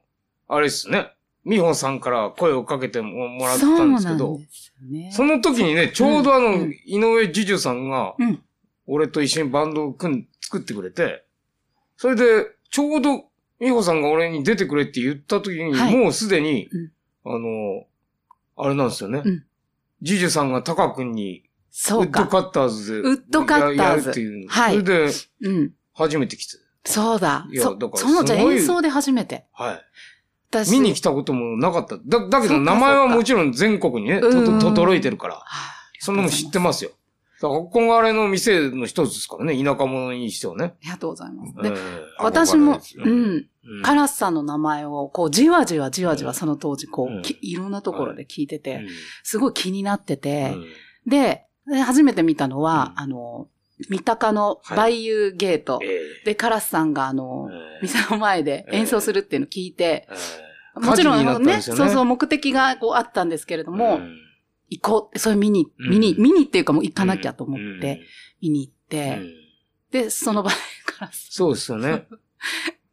[SPEAKER 3] あれですね。美穂さんから声をかけてももらったんですけ
[SPEAKER 1] そう
[SPEAKER 3] ど
[SPEAKER 1] なん、ですよね。
[SPEAKER 3] その時にね、ちょうどあの、
[SPEAKER 1] うん
[SPEAKER 3] 井上樹樹さんが、
[SPEAKER 1] うん
[SPEAKER 3] 俺と一緒にバンドを組ん、作ってくれて、それで、ちょうど、美穂さんが俺に出てくれって言った時に、
[SPEAKER 1] はい
[SPEAKER 3] もうすでに、
[SPEAKER 1] うん
[SPEAKER 3] あの、あれなんですよね。
[SPEAKER 1] うん
[SPEAKER 3] ジジュさんがタカ君に、ウ
[SPEAKER 1] そう
[SPEAKER 3] ッド
[SPEAKER 1] か。
[SPEAKER 3] カッターズでや。
[SPEAKER 1] ウッドカッターズ
[SPEAKER 3] やるっていう。
[SPEAKER 1] はい
[SPEAKER 3] それで、
[SPEAKER 1] うん。
[SPEAKER 3] 初めて来て。
[SPEAKER 1] そうだ。
[SPEAKER 3] いや
[SPEAKER 1] そ
[SPEAKER 3] だから
[SPEAKER 1] そのじゃ
[SPEAKER 3] すごい
[SPEAKER 1] 演奏で初めて。
[SPEAKER 3] はい。
[SPEAKER 1] 私
[SPEAKER 3] 見に来たこともなかった。だ、だけ
[SPEAKER 1] そ
[SPEAKER 3] ど
[SPEAKER 1] うか
[SPEAKER 3] 名前はもちろん全国にね、と
[SPEAKER 1] うん
[SPEAKER 3] と、とどろいてるから。
[SPEAKER 1] はあ
[SPEAKER 3] そんなもん知ってますよ。だから、憧れの店の一つですからね、田舎者にしてはね。
[SPEAKER 1] ありがとうございます。
[SPEAKER 3] え
[SPEAKER 1] で、
[SPEAKER 3] ー
[SPEAKER 1] 私も、
[SPEAKER 2] 憧れですよ
[SPEAKER 1] うん。
[SPEAKER 3] うん
[SPEAKER 1] カラスさんの名前を、こう、じわじわじわじわその当時、こ
[SPEAKER 3] うん
[SPEAKER 1] う、きいろんなところで聞いて
[SPEAKER 3] う
[SPEAKER 1] て、
[SPEAKER 3] ん
[SPEAKER 1] すごい気になってて
[SPEAKER 3] う、ん
[SPEAKER 1] で、で初めて見たのは、
[SPEAKER 3] うん
[SPEAKER 1] あの、三鷹の
[SPEAKER 3] はい
[SPEAKER 1] 梅遊ゲート
[SPEAKER 3] え。
[SPEAKER 1] で、カラスさんが、あの、
[SPEAKER 3] ー
[SPEAKER 1] 店の前で演奏するっていうのを聞いて、
[SPEAKER 3] えー
[SPEAKER 1] もちろ
[SPEAKER 3] 火事に
[SPEAKER 1] ん
[SPEAKER 3] なったん
[SPEAKER 1] ね、
[SPEAKER 3] です
[SPEAKER 1] そ
[SPEAKER 3] よ
[SPEAKER 1] う
[SPEAKER 3] ね
[SPEAKER 1] そう、目的がこうあったんですけれど
[SPEAKER 3] ー
[SPEAKER 1] も、
[SPEAKER 3] うん
[SPEAKER 1] 行こう、それ見に、
[SPEAKER 3] うん
[SPEAKER 1] 見に、見にっていうかもう行かなきゃと思って、、見に行っ
[SPEAKER 3] うんう
[SPEAKER 1] て、
[SPEAKER 3] ん
[SPEAKER 1] で、その場でカラス。
[SPEAKER 3] そうですよ
[SPEAKER 1] (laughs)
[SPEAKER 3] ね。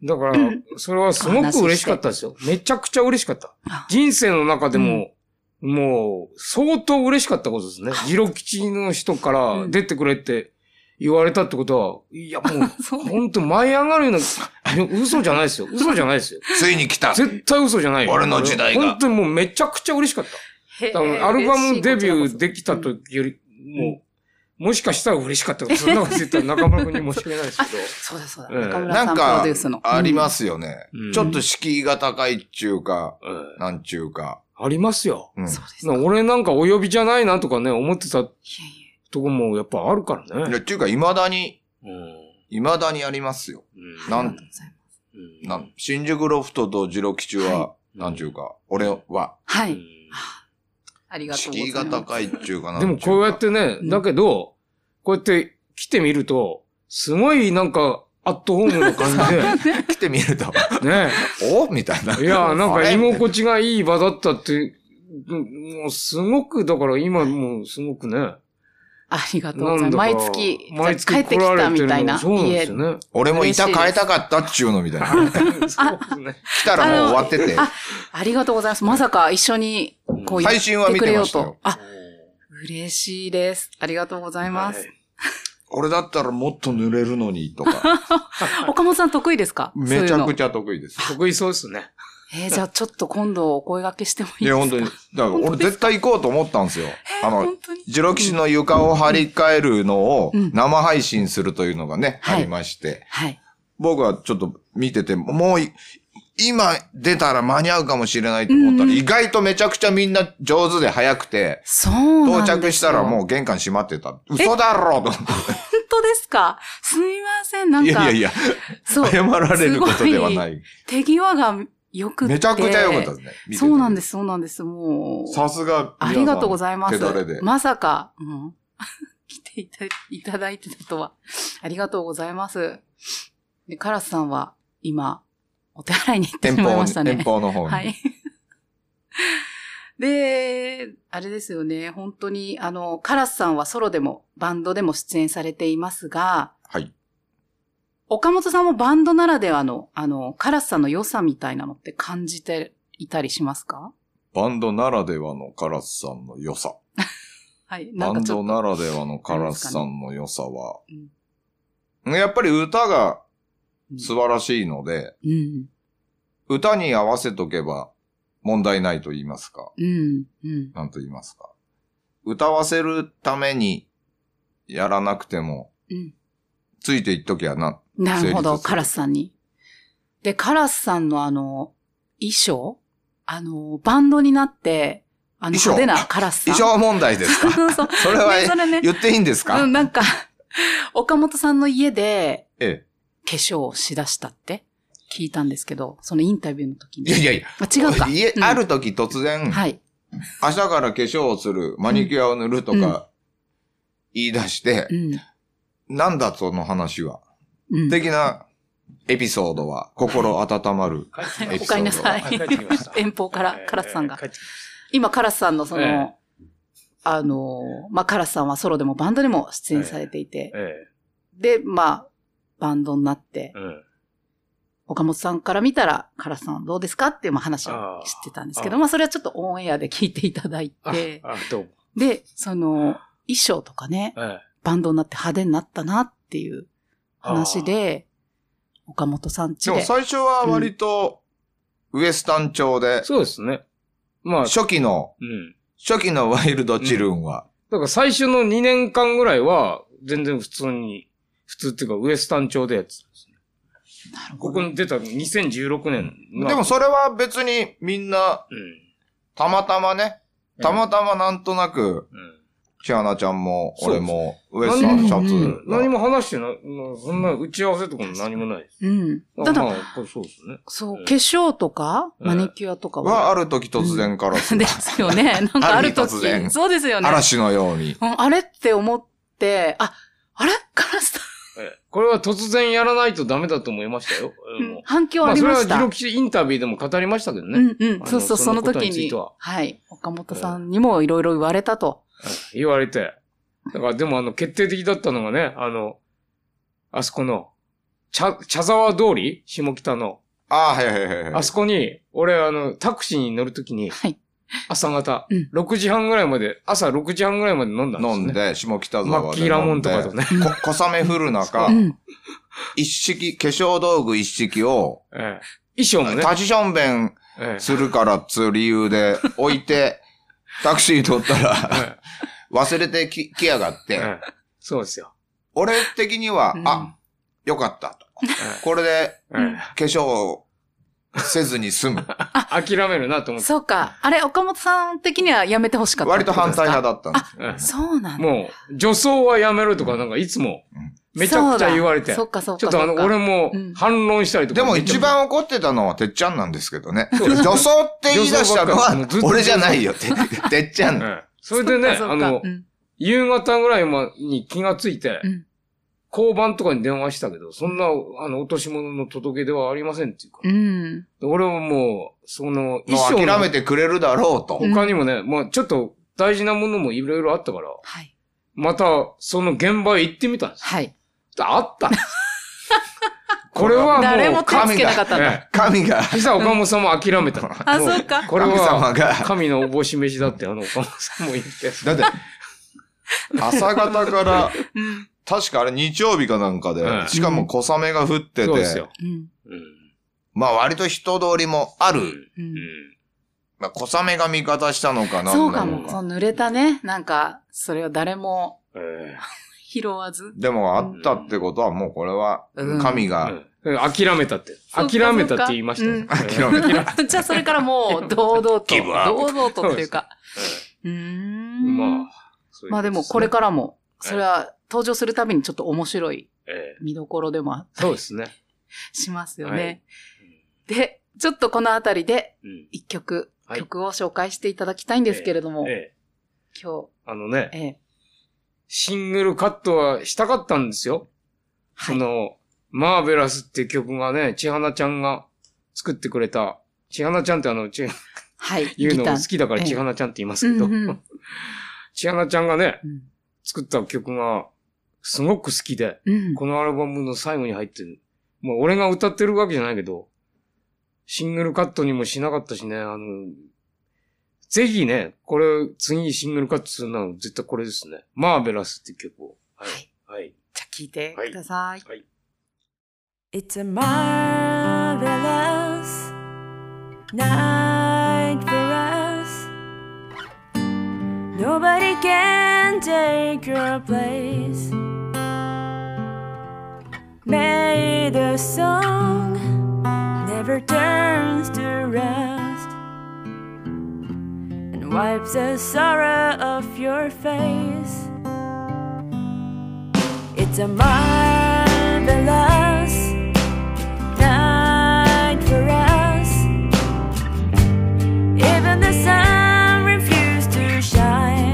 [SPEAKER 3] だから
[SPEAKER 1] うん、
[SPEAKER 3] それはすごく嬉しかったですよ。めちゃくちゃ嬉しかった。人生の中でも、もう、相当嬉しかったことですね。ジロ吉の人から出てくれって言われたってことは、いや、もう、
[SPEAKER 1] そう
[SPEAKER 3] ほんと舞い上がるような、いや嘘じゃないですよ。嘘じゃないですよ。
[SPEAKER 2] ついに来た
[SPEAKER 3] 絶対嘘じゃないよ。
[SPEAKER 2] 俺の時代が
[SPEAKER 3] 本当にもうめちゃくちゃ嬉しかった。
[SPEAKER 1] へー
[SPEAKER 3] 多分アルバムデビューできた。
[SPEAKER 1] 嬉しいこちらこ
[SPEAKER 3] 時より、もう、もしかしたら嬉しかったかも。そんなこと言ったら中村君に申し訳ないですけど。
[SPEAKER 1] そそうだそうだ。
[SPEAKER 3] ええ
[SPEAKER 1] 中村さ
[SPEAKER 2] な
[SPEAKER 1] ん
[SPEAKER 2] ん
[SPEAKER 1] プロ
[SPEAKER 2] か
[SPEAKER 1] デュースの。、。
[SPEAKER 2] ありますすよね
[SPEAKER 3] うん。
[SPEAKER 2] ちょっと敷居が高いっちゅうか、
[SPEAKER 3] うん
[SPEAKER 2] なんちゅうか。
[SPEAKER 3] ありますよ。
[SPEAKER 2] うん
[SPEAKER 1] そうです
[SPEAKER 3] な
[SPEAKER 1] か。い
[SPEAKER 3] 俺なんかお呼びじゃないなとかね、思ってた
[SPEAKER 1] やいや
[SPEAKER 3] とこもやっぱあるから
[SPEAKER 2] い
[SPEAKER 3] ね
[SPEAKER 2] や。っていうか、未だに、
[SPEAKER 3] うん
[SPEAKER 2] 未だにありますよ。
[SPEAKER 3] うん
[SPEAKER 2] なん
[SPEAKER 1] ありがとうございます
[SPEAKER 3] うん
[SPEAKER 2] なん新宿ロフトとジロ吉は、
[SPEAKER 3] い
[SPEAKER 2] なんちゅうか、俺は、
[SPEAKER 1] は
[SPEAKER 3] う
[SPEAKER 1] い。
[SPEAKER 3] ん
[SPEAKER 1] ありがとうござい
[SPEAKER 2] 敷
[SPEAKER 1] ます。
[SPEAKER 2] 居が高いっちゅうかな。
[SPEAKER 3] でもこうやっ
[SPEAKER 2] なんちゅ
[SPEAKER 3] てね
[SPEAKER 1] う、ん
[SPEAKER 3] だけど、こうやって来てみると、すごいなんか、アットホームな感じ
[SPEAKER 2] うか来てみる (laughs) と、
[SPEAKER 3] で、ね。
[SPEAKER 2] おみたいな。
[SPEAKER 3] いやー、なん
[SPEAKER 2] あ
[SPEAKER 3] か
[SPEAKER 2] れ
[SPEAKER 3] 居心地がいい場だったって、うんもうすごく、だから今もうすごくね。
[SPEAKER 1] ありがとう
[SPEAKER 3] な
[SPEAKER 1] ござい
[SPEAKER 3] ん
[SPEAKER 1] ます。
[SPEAKER 3] だか
[SPEAKER 1] 毎月、
[SPEAKER 3] 毎月
[SPEAKER 1] 帰ってき
[SPEAKER 3] 来ら
[SPEAKER 1] た
[SPEAKER 3] れてる
[SPEAKER 1] み
[SPEAKER 3] の
[SPEAKER 1] たいな。
[SPEAKER 3] そうなんで
[SPEAKER 1] 家
[SPEAKER 3] すよね。
[SPEAKER 2] 俺もいた
[SPEAKER 1] 嬉しい
[SPEAKER 2] 変
[SPEAKER 1] で
[SPEAKER 2] え
[SPEAKER 1] す
[SPEAKER 2] たかったっちゅうのみたいな。
[SPEAKER 3] そうです
[SPEAKER 1] (laughs)
[SPEAKER 3] ね。
[SPEAKER 2] 来たらもう終わってて。
[SPEAKER 1] ありがとうございます。まさか一緒に、こうやっ
[SPEAKER 2] 配信は
[SPEAKER 1] て
[SPEAKER 2] 見
[SPEAKER 1] くれ
[SPEAKER 2] て
[SPEAKER 1] よ
[SPEAKER 2] ま
[SPEAKER 1] う
[SPEAKER 2] した
[SPEAKER 1] と
[SPEAKER 2] よ。。
[SPEAKER 1] あ、嬉しいです。ありがとうございます。
[SPEAKER 2] 俺だったらもっと濡れるのにとか、
[SPEAKER 1] 岡本さん得意ですか
[SPEAKER 2] めちゃく
[SPEAKER 1] ち
[SPEAKER 2] ちゃ得意です。
[SPEAKER 3] 得意そうですね。
[SPEAKER 1] ゃ。えーじゃあちょっと今度お声掛けしてもいいで
[SPEAKER 2] い
[SPEAKER 1] す
[SPEAKER 2] や、
[SPEAKER 1] か
[SPEAKER 2] 本当に。だから俺絶対行こうと思ったんですよ。あの
[SPEAKER 1] 本、当に。
[SPEAKER 2] ジロキシの床を張り替えるのを
[SPEAKER 1] うん
[SPEAKER 2] 生配信するというのがね、
[SPEAKER 1] はい
[SPEAKER 2] ありまして。
[SPEAKER 1] はい。
[SPEAKER 2] 僕はちょっと見てて、もうい、今出たら間に合うかもしれないと思ったら、
[SPEAKER 1] うん
[SPEAKER 2] 意外とめちゃくちゃみんな上手で早くて、
[SPEAKER 1] そう
[SPEAKER 2] 到
[SPEAKER 1] なんですよ。
[SPEAKER 2] 着したらも
[SPEAKER 1] う。
[SPEAKER 2] う玄関閉まってた。嘘だろうと思っ
[SPEAKER 1] 本当ですかすみません。な
[SPEAKER 2] て。
[SPEAKER 1] ん
[SPEAKER 2] い
[SPEAKER 1] か、
[SPEAKER 2] やいやいや、
[SPEAKER 1] そう、
[SPEAKER 2] 謝られることではな
[SPEAKER 1] す
[SPEAKER 2] い。
[SPEAKER 1] 手際が良くて。
[SPEAKER 2] めちゃくちゃ良かったですね。見てて
[SPEAKER 1] そうなんです、そうなんです。もう、
[SPEAKER 2] さすが、
[SPEAKER 1] ありがとうございます。
[SPEAKER 2] 手だれで。
[SPEAKER 1] まさか、うん、 (laughs) 来ていたいただいてたとは。ありがとうございます。で、カラスさんは今、お手洗いに行って
[SPEAKER 2] 遠
[SPEAKER 1] しまい
[SPEAKER 2] 方
[SPEAKER 1] ました
[SPEAKER 2] に、
[SPEAKER 1] ね。
[SPEAKER 2] 遠方の方に。
[SPEAKER 1] はい。で、あれですよね、本当に、あの、カラスさんはソロでもバンドでも出演されていますが、
[SPEAKER 2] はい。
[SPEAKER 1] 岡本さんもバンドならではの、あの、カラスさんの良さみたいなのって感じていたりしますか
[SPEAKER 2] バンドならではのカラスさんの良さ。
[SPEAKER 1] はい。な
[SPEAKER 2] バ
[SPEAKER 1] んか
[SPEAKER 2] ン
[SPEAKER 1] ちょ
[SPEAKER 2] ド
[SPEAKER 1] っ
[SPEAKER 2] な
[SPEAKER 1] と、
[SPEAKER 2] らではのカラスさんの良さは、
[SPEAKER 1] うん
[SPEAKER 2] やっぱり歌が素晴らしいので、
[SPEAKER 1] うん。
[SPEAKER 2] 歌に合わせとけば問題ないと言いますか、
[SPEAKER 1] うん。うん。
[SPEAKER 2] なんと言いますか。歌わせるためにやらなくても、
[SPEAKER 1] うん
[SPEAKER 2] ついていっときゃな。
[SPEAKER 1] なるほ
[SPEAKER 2] 成立
[SPEAKER 1] ど、
[SPEAKER 2] する
[SPEAKER 1] カラスさんに。で、カラスさんのあの、衣装あの、バンドになって、あの、
[SPEAKER 2] 衣装
[SPEAKER 1] 派手なカラスさん。
[SPEAKER 2] 衣装問題です (laughs)
[SPEAKER 1] (laughs)
[SPEAKER 2] か
[SPEAKER 1] そうそう。
[SPEAKER 2] それは
[SPEAKER 1] ねそれね。
[SPEAKER 2] 言っていいんですか、
[SPEAKER 1] うん、なんか、岡本さんの家で
[SPEAKER 2] え
[SPEAKER 1] 化粧をしだしたって聞いたんですけど、そのインタビューの時
[SPEAKER 2] え。
[SPEAKER 1] に。
[SPEAKER 2] いやいやいや。
[SPEAKER 1] あ違うか。
[SPEAKER 2] 家、
[SPEAKER 1] うん
[SPEAKER 2] ある時突然、
[SPEAKER 1] はい。
[SPEAKER 2] 明日から化粧をする、マニキュアを塗るとか、
[SPEAKER 1] うん
[SPEAKER 2] 言い出して
[SPEAKER 1] う、ん。
[SPEAKER 2] なんだその話は。
[SPEAKER 1] うん。
[SPEAKER 2] 的なエピソードは、心温まる。
[SPEAKER 1] お帰りなさい
[SPEAKER 4] 帰ってきました。
[SPEAKER 1] 遠方から、カラスさんが
[SPEAKER 4] えー。帰ってき
[SPEAKER 1] 今、カラスさんのその、
[SPEAKER 3] ええ
[SPEAKER 1] あのー、まあ、カラスさんはソロでもバンドにも出演されていて、
[SPEAKER 4] ええ
[SPEAKER 1] で、まあ、バンドになって、
[SPEAKER 4] うん。
[SPEAKER 1] 岡本さんから見たら、カラスさんはどうですかっていうまあ話を知ってたんですけど、
[SPEAKER 4] あー
[SPEAKER 1] まあ、それはちょっとオンエアで聞いていただい
[SPEAKER 4] あ
[SPEAKER 1] て、、
[SPEAKER 4] あどうも。
[SPEAKER 1] で、その、衣装とかね、
[SPEAKER 4] ええ
[SPEAKER 1] バンドになって派手になったなっていう話。で、岡本さんち
[SPEAKER 2] でも
[SPEAKER 1] で。
[SPEAKER 2] 最初は割と、ウエスタン調で、
[SPEAKER 3] そうですね。まあ、
[SPEAKER 2] 初期の、
[SPEAKER 4] うん。
[SPEAKER 2] 初期のワイルドチルンは、
[SPEAKER 3] だから最初の2年間ぐらいは、全然普通に、普通っていうかウエスタン調でやってたんですね。
[SPEAKER 1] なる
[SPEAKER 3] こ
[SPEAKER 1] ほ
[SPEAKER 3] こ
[SPEAKER 1] ど。
[SPEAKER 3] に出た2016年の。
[SPEAKER 2] でもそれは別にみんな、
[SPEAKER 3] うん。
[SPEAKER 2] たまたまね、たまたまなんとなく、
[SPEAKER 3] うん。
[SPEAKER 2] 千花ちゃんも、
[SPEAKER 3] そう
[SPEAKER 2] 俺も、ウエスタンシャツが。
[SPEAKER 3] 何も話してない、もうそんな打ち合わせとかも何もないです。
[SPEAKER 1] うん。た
[SPEAKER 3] ま
[SPEAKER 1] だ、
[SPEAKER 3] あ、これそうですね。
[SPEAKER 1] そう、
[SPEAKER 3] うん
[SPEAKER 1] 化粧とか、
[SPEAKER 3] うん
[SPEAKER 1] マニキュアとか
[SPEAKER 2] は、
[SPEAKER 1] は。
[SPEAKER 2] ある時突然から、
[SPEAKER 1] (laughs) ですよね。なんかある
[SPEAKER 2] ある日突然
[SPEAKER 1] 時。そうですよね。
[SPEAKER 2] (laughs) 嵐のように。
[SPEAKER 1] うん、あれって思って、あ、あれカラスさ
[SPEAKER 3] ええこれは突然やらないとダメだと思い
[SPEAKER 1] (laughs)
[SPEAKER 3] ましたよ。ええも
[SPEAKER 1] ん
[SPEAKER 3] う。
[SPEAKER 1] 反響
[SPEAKER 3] ま
[SPEAKER 1] あ
[SPEAKER 3] あ、
[SPEAKER 1] り
[SPEAKER 3] それ
[SPEAKER 1] ま
[SPEAKER 3] は
[SPEAKER 1] し
[SPEAKER 3] ギ
[SPEAKER 1] た。
[SPEAKER 3] ロキインタビューでも語りましたけど
[SPEAKER 1] う
[SPEAKER 3] ね。
[SPEAKER 1] んうん。
[SPEAKER 3] あの
[SPEAKER 1] そうそう、そ
[SPEAKER 3] そ
[SPEAKER 1] の
[SPEAKER 3] のこと
[SPEAKER 1] 時
[SPEAKER 3] につい
[SPEAKER 1] に
[SPEAKER 3] ては。
[SPEAKER 1] はい。岡本さんにもいろいろ言われたと。
[SPEAKER 3] 言われて。だからでもあの決定的だったのがね、あの、あそこの、茶、茶沢通り下北の。
[SPEAKER 2] ああ、はいはいはいはい。
[SPEAKER 3] あそこに、俺あの、タクシーに乗るときに、
[SPEAKER 1] はい。
[SPEAKER 3] 朝方、
[SPEAKER 1] うん
[SPEAKER 3] 6時半ぐらいまで、朝6時半ぐらいまで飲んだんですよ、ね。
[SPEAKER 2] 飲ん。で、下北沢で飲んで。
[SPEAKER 3] マッキーラモンとかとね。
[SPEAKER 2] こ。小雨降る中
[SPEAKER 1] う、ん。
[SPEAKER 2] 一式、化粧道具一式を、
[SPEAKER 3] ええ衣装もね。
[SPEAKER 2] 立ちションベン
[SPEAKER 3] ええ
[SPEAKER 2] するからっつう理由で置いて、 (laughs) タクシー取ったら、
[SPEAKER 3] え
[SPEAKER 2] 忘れ
[SPEAKER 3] (laughs)
[SPEAKER 2] てき、来やがっ
[SPEAKER 3] ええ
[SPEAKER 2] て、
[SPEAKER 3] えそうですよ。
[SPEAKER 2] 俺的には
[SPEAKER 1] う、ん
[SPEAKER 2] あ、よかったと。これで、
[SPEAKER 3] ええ
[SPEAKER 2] 化粧をせずに済む。
[SPEAKER 3] 諦めるなと思って。
[SPEAKER 1] そうか。あれ、岡本さん的にはやめてほしかったって
[SPEAKER 2] 割
[SPEAKER 1] ことですか。
[SPEAKER 2] 反対派だったんです
[SPEAKER 3] ええ
[SPEAKER 1] そうなんだ。
[SPEAKER 3] もう、女装はやめろとかなんかいつも、めちゃくちゃ言われて。
[SPEAKER 1] そうだそっかそっか。
[SPEAKER 3] ちょっとあの、
[SPEAKER 1] そっか
[SPEAKER 3] 俺も
[SPEAKER 1] うん
[SPEAKER 3] 反論したりとか。
[SPEAKER 2] でも一番怒ってたのはてっちゃんなんですけどね。
[SPEAKER 3] そうです
[SPEAKER 2] 女装って言い出したのは
[SPEAKER 3] 女装ばっかりずっと
[SPEAKER 2] 俺じゃないよて。てっち
[SPEAKER 3] え
[SPEAKER 2] ゃん。
[SPEAKER 3] え。それでね、
[SPEAKER 1] そっかそ
[SPEAKER 3] あ
[SPEAKER 1] っか
[SPEAKER 3] の
[SPEAKER 1] う、ん
[SPEAKER 3] 夕方ぐらいまに気がついて
[SPEAKER 1] う、ん
[SPEAKER 3] 交番とかに電話したけど、そんな、あの、落とし物の届け出はありませんっていうか。
[SPEAKER 1] うん。
[SPEAKER 3] 俺はもう、その、
[SPEAKER 2] の
[SPEAKER 3] 衣装
[SPEAKER 2] 諦
[SPEAKER 3] の
[SPEAKER 2] めてくれるだろうと。
[SPEAKER 1] ん
[SPEAKER 3] 他にもね、まあちょっと大事なものもいろいろあったから、
[SPEAKER 1] はい。
[SPEAKER 3] また、その現場へ行ってみたんですよ。
[SPEAKER 1] はい。
[SPEAKER 3] あっ
[SPEAKER 1] (laughs)
[SPEAKER 3] たんですこれはもう、
[SPEAKER 1] 誰も手つけなかったんだ。
[SPEAKER 3] え
[SPEAKER 2] 神が、
[SPEAKER 3] え久岡本さんも諦めた。
[SPEAKER 1] あ、
[SPEAKER 3] もう
[SPEAKER 1] そうか。
[SPEAKER 3] これ
[SPEAKER 2] 神様
[SPEAKER 3] は、
[SPEAKER 2] が。
[SPEAKER 3] 神のおぼし飯だって、あの、岡本さんも言って。
[SPEAKER 1] (laughs)
[SPEAKER 2] だって、朝方から、
[SPEAKER 1] うん
[SPEAKER 2] 確かあれ日曜日かなんかで
[SPEAKER 3] う、ん
[SPEAKER 2] しかも小雨が降って
[SPEAKER 3] そうです
[SPEAKER 2] て
[SPEAKER 3] よ、。
[SPEAKER 1] うん。
[SPEAKER 3] うん。
[SPEAKER 2] まあ割と人通りもあ
[SPEAKER 3] う
[SPEAKER 2] る。
[SPEAKER 3] ん。
[SPEAKER 1] うん
[SPEAKER 2] まあ小雨が味方したのかな。
[SPEAKER 1] そうか
[SPEAKER 2] なん
[SPEAKER 1] も。
[SPEAKER 2] だ
[SPEAKER 1] そ
[SPEAKER 2] ろう
[SPEAKER 1] の濡れたね。なんか、それを誰も
[SPEAKER 3] え
[SPEAKER 1] 拾わず。
[SPEAKER 2] でもあったってことはもうこれは
[SPEAKER 1] うん、
[SPEAKER 2] 神
[SPEAKER 3] え
[SPEAKER 2] が、
[SPEAKER 3] うん諦めたって。
[SPEAKER 1] そうか
[SPEAKER 3] 諦めたって言いましたよ。
[SPEAKER 1] そう
[SPEAKER 2] かうん諦
[SPEAKER 3] め
[SPEAKER 1] (laughs)
[SPEAKER 3] た。
[SPEAKER 1] じゃあそれからもう、堂々と。
[SPEAKER 2] ギブアップ
[SPEAKER 1] 堂々とっていうか。うー
[SPEAKER 3] ええ
[SPEAKER 1] ん。
[SPEAKER 3] まあ。そういう
[SPEAKER 1] まあでもこれ
[SPEAKER 3] と
[SPEAKER 1] からも、それは登場するたびにちょっと面白い
[SPEAKER 3] ですね。ええ
[SPEAKER 1] 見どころでもあ
[SPEAKER 3] そうですね。
[SPEAKER 1] しますよね。で、ちょっとこのあたりで
[SPEAKER 3] うん
[SPEAKER 1] 一曲、
[SPEAKER 3] はい
[SPEAKER 1] 曲を紹介していただきたいんですけれども、
[SPEAKER 3] ええ。
[SPEAKER 1] 今
[SPEAKER 3] あのね
[SPEAKER 1] 日、、ええ、
[SPEAKER 3] シングルカットはしたかったんですよ。
[SPEAKER 1] は
[SPEAKER 3] そ
[SPEAKER 1] い。
[SPEAKER 3] の、マーベラスって曲がね、千花ちゃんが作ってくれた、千花ちゃんってあの、ち
[SPEAKER 1] はい。
[SPEAKER 3] 言うの
[SPEAKER 1] ギター
[SPEAKER 3] 好きだから
[SPEAKER 1] ええ
[SPEAKER 3] 千花ちゃんって言いますけど、
[SPEAKER 1] うんうん
[SPEAKER 3] 千花ちゃんがね
[SPEAKER 1] う、ん。
[SPEAKER 3] 作った曲がすごく好きで、
[SPEAKER 1] うん。
[SPEAKER 3] (laughs) このアルバムの最後に入ってる。まあ、俺が歌ってるわけじゃないけど、シングルカットにもしなかったしね、あの、ぜひね、これ、次シングルカットするなら絶対これですね。マーベラスって曲を。はい。はい。
[SPEAKER 1] じゃあ聞いてください。
[SPEAKER 3] はい。
[SPEAKER 5] It's a marvelous night for us. Nobody can take your place. May the song never turns to rust and wipes the sorrow off your face. It's a marvelous night for us. Even the sun refused to shine.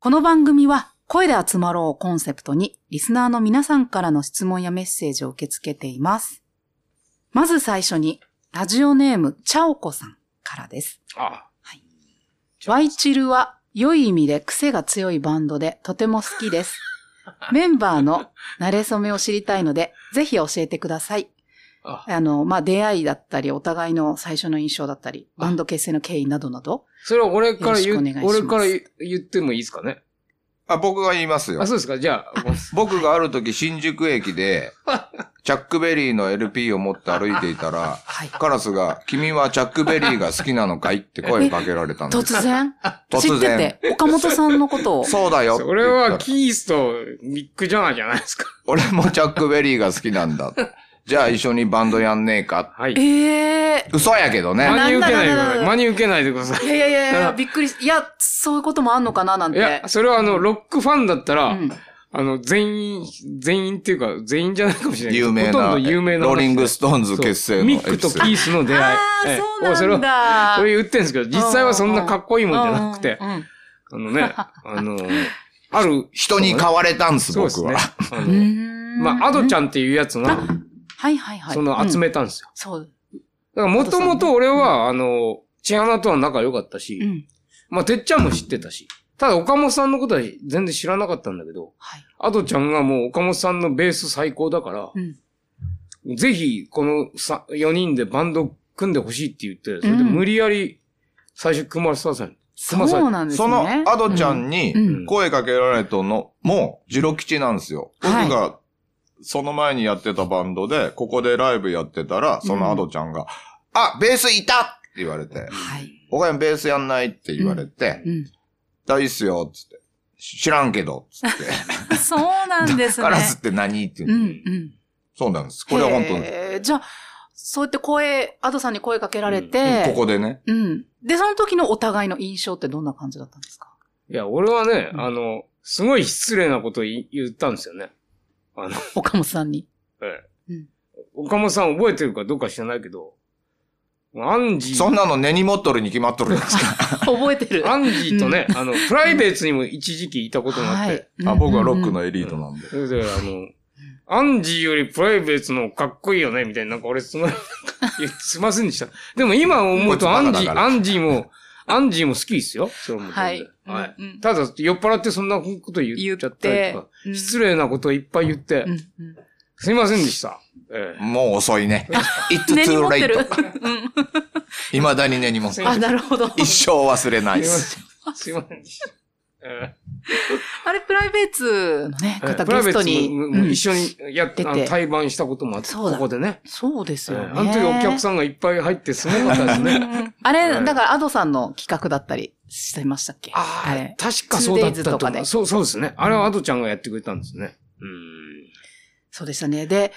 [SPEAKER 1] この番組は声で集まろうをコンセプトにリスナーの皆さんからの質問やメッセージを受け付けています。まず最初にラジオネームチャオコさんからです。
[SPEAKER 3] あ
[SPEAKER 1] ワイチルは良い意味で癖が強いバンドでとても好き
[SPEAKER 3] (laughs)
[SPEAKER 1] です。メンバーの慣れ初めを知りたいのでぜひ教えてください。
[SPEAKER 3] あ、
[SPEAKER 1] あの、まあ、出会いだったり、お互いの最初の印象だったり、バンド結成の経緯などなど。
[SPEAKER 3] それは俺から
[SPEAKER 1] よろしくお
[SPEAKER 3] 言う
[SPEAKER 1] 願いし、ます
[SPEAKER 3] 俺から言言ってもいいですかね。
[SPEAKER 2] あ、僕が言いますよ
[SPEAKER 3] あ、。そうですか。じゃ
[SPEAKER 1] (laughs)
[SPEAKER 3] あ、
[SPEAKER 2] 僕がある時新宿駅で、チャックベリーの LP を持って歩いてい
[SPEAKER 1] (laughs)
[SPEAKER 2] たら、
[SPEAKER 1] はい。
[SPEAKER 2] カラスが、君はチャックベリーが好きなのかいって声かけられたんです。
[SPEAKER 1] 突
[SPEAKER 3] (laughs)
[SPEAKER 1] 然知
[SPEAKER 2] 突
[SPEAKER 1] って
[SPEAKER 2] 然。
[SPEAKER 1] て、岡本さんのことを。
[SPEAKER 2] そうだよって
[SPEAKER 3] そ
[SPEAKER 2] 言った
[SPEAKER 3] れ
[SPEAKER 2] ら。
[SPEAKER 3] はキースとミック・ジャガーじゃないですか。
[SPEAKER 2] 俺もチャックベリーが好きな
[SPEAKER 3] (laughs)
[SPEAKER 2] んだ。じゃあ一緒にバンドやんねえか。
[SPEAKER 3] はい。
[SPEAKER 1] ええ
[SPEAKER 2] 嘘やけどね。
[SPEAKER 3] 真に受けないで
[SPEAKER 1] な
[SPEAKER 3] くだ
[SPEAKER 1] んだなんだなんだ
[SPEAKER 3] さい。真に受け (laughs) ないでくださ
[SPEAKER 1] いやいやいやいや、びっくりし、いや、そういうこともあんのかななん
[SPEAKER 3] い。い
[SPEAKER 1] て。
[SPEAKER 3] や、それはあの、ロックファンだったら、
[SPEAKER 1] うん、
[SPEAKER 3] あの、全員、全員っていうか、全員じゃないかもしれないけど。
[SPEAKER 2] 有名
[SPEAKER 3] ほとん
[SPEAKER 2] な、
[SPEAKER 3] ど有名な話で。
[SPEAKER 2] ローリングストーンズ
[SPEAKER 3] そう
[SPEAKER 2] 結成の
[SPEAKER 3] ミックとキ
[SPEAKER 2] エピ
[SPEAKER 3] ースの出会い。
[SPEAKER 1] あ
[SPEAKER 3] え
[SPEAKER 1] あ、
[SPEAKER 3] え
[SPEAKER 1] そう
[SPEAKER 3] それ
[SPEAKER 1] なん
[SPEAKER 3] は、
[SPEAKER 1] だ。
[SPEAKER 3] これ言ってんですけど、実際はそんなかっこいいもんじゃなくて
[SPEAKER 1] う、んうん
[SPEAKER 3] あのね、あの、ある、
[SPEAKER 2] 人に買われたんす、
[SPEAKER 3] そうで
[SPEAKER 2] 僕
[SPEAKER 3] すね
[SPEAKER 2] は。。
[SPEAKER 3] あ
[SPEAKER 1] う
[SPEAKER 3] の
[SPEAKER 1] ん。
[SPEAKER 3] まあ、アドち
[SPEAKER 1] ゃん。
[SPEAKER 3] ゃんっていうやつの、
[SPEAKER 1] はいはいはい。
[SPEAKER 3] その集
[SPEAKER 1] うん
[SPEAKER 3] めたんですよ。
[SPEAKER 1] そう。
[SPEAKER 3] だから、もともと俺は、あの、千花とは仲良かったし、
[SPEAKER 1] うん。
[SPEAKER 3] まあ、てっちゃんも知ってたし、ただ岡本さんのことは全然知らなかったんだけど、
[SPEAKER 1] はい。
[SPEAKER 3] アドちゃんがもう岡本さんのベース最高だから、
[SPEAKER 1] うん。
[SPEAKER 3] ぜひこのさ4人でバンド組んでほしいって言って、それで無理やり最初組ませたさん。まあ
[SPEAKER 1] そうなんですね。
[SPEAKER 2] そのアドちゃんに
[SPEAKER 1] うん、
[SPEAKER 3] う
[SPEAKER 1] うんん。
[SPEAKER 2] 声かけられたのも、ジロ吉なんですよ。僕
[SPEAKER 1] はい
[SPEAKER 2] が、その前にやってたバンドで、ここでライブやってたら、そのアドちゃんが、あ、ベースいたって言われて、
[SPEAKER 1] はい。
[SPEAKER 2] 他にベースやんないって言われて、
[SPEAKER 1] うん。
[SPEAKER 2] だいいっすよ、つって。知らんけど、つ
[SPEAKER 3] (laughs)
[SPEAKER 2] って。
[SPEAKER 1] そうなんですね。
[SPEAKER 2] カラスって何って
[SPEAKER 1] う
[SPEAKER 2] 言うの
[SPEAKER 1] んうん。
[SPEAKER 2] そうなんです。これは本当に。
[SPEAKER 1] へーじゃあ、そうやって声、アドさんに声かけられて、
[SPEAKER 2] ここでね。
[SPEAKER 1] うん。で、その時のお互いの印象ってどんな感じだったんですか
[SPEAKER 3] いや、俺はね、
[SPEAKER 1] うん
[SPEAKER 3] あの、すごい失礼なこと言言ったんですよね。あの、
[SPEAKER 1] 岡本さんに。
[SPEAKER 3] ええ
[SPEAKER 1] うん
[SPEAKER 3] 岡本さん覚えてるかどうか知らないけど、アンジ
[SPEAKER 2] そん
[SPEAKER 3] ー、
[SPEAKER 2] なの根に持っとるに決まっとるじゃないですか。
[SPEAKER 1] 覚えて
[SPEAKER 3] (laughs)
[SPEAKER 1] る。
[SPEAKER 3] アンジーとね、あの、プライベートにも一時期いたことがあって、
[SPEAKER 2] あ僕はロッ
[SPEAKER 1] う
[SPEAKER 2] ク。
[SPEAKER 1] んうんうん
[SPEAKER 2] のエリートなんで。
[SPEAKER 3] それで、あの、アンジーよりプライベートの方がかっこいいよね、みたいな、なんか俺すごい、いやすいませんでした。でも今思うと
[SPEAKER 2] こいつ
[SPEAKER 3] ア
[SPEAKER 2] バカ
[SPEAKER 3] ン
[SPEAKER 2] だ
[SPEAKER 3] ジ
[SPEAKER 2] か
[SPEAKER 3] ー、
[SPEAKER 2] ら
[SPEAKER 3] アンジーも、アンジーも好きですよ。それも全然
[SPEAKER 1] はい。
[SPEAKER 3] はい。
[SPEAKER 1] うんうん
[SPEAKER 3] ただ、酔っ払ってそんなこと言っちゃったりとか、
[SPEAKER 1] 言って
[SPEAKER 3] 失礼なことをいっぱい言って、
[SPEAKER 1] うんうん
[SPEAKER 3] すいませんでした。ええ
[SPEAKER 2] もう遅いね。It's
[SPEAKER 1] 根に
[SPEAKER 2] too
[SPEAKER 1] 持ってる
[SPEAKER 2] late.。未だに根に持って
[SPEAKER 1] う
[SPEAKER 2] る
[SPEAKER 1] ん。あ、なるほど。
[SPEAKER 2] 一生忘れないです。
[SPEAKER 3] すいません。すいませんでした。え
[SPEAKER 1] あれ、プライベートのね、
[SPEAKER 3] え
[SPEAKER 1] 方
[SPEAKER 3] プラ
[SPEAKER 1] ゲ
[SPEAKER 3] イベ
[SPEAKER 1] ス
[SPEAKER 3] ー
[SPEAKER 1] ト
[SPEAKER 3] ト
[SPEAKER 1] に。
[SPEAKER 3] もも
[SPEAKER 1] う
[SPEAKER 3] 一
[SPEAKER 1] ん
[SPEAKER 3] 緒にやっ
[SPEAKER 1] 出
[SPEAKER 3] て、
[SPEAKER 1] て
[SPEAKER 3] あの対バンしたこともあって、
[SPEAKER 1] そう
[SPEAKER 3] こ
[SPEAKER 1] だ
[SPEAKER 3] こでね。
[SPEAKER 1] そうです
[SPEAKER 3] ええ
[SPEAKER 1] よね。
[SPEAKER 3] あの時お客さんがいっぱい入ってすごかったですね。
[SPEAKER 1] うんあ
[SPEAKER 3] え
[SPEAKER 1] れ、
[SPEAKER 3] え
[SPEAKER 1] だから、アドさんの企画だったりしてましたっけ
[SPEAKER 3] ああ、
[SPEAKER 1] れ
[SPEAKER 3] 確かそうだっ
[SPEAKER 1] 2days
[SPEAKER 3] た
[SPEAKER 1] とか
[SPEAKER 3] と思
[SPEAKER 1] で
[SPEAKER 3] う。そう、そうですね。あれはアドちゃんがやってくれたんですね。う
[SPEAKER 1] そうでしたね。で、
[SPEAKER 3] ん。うん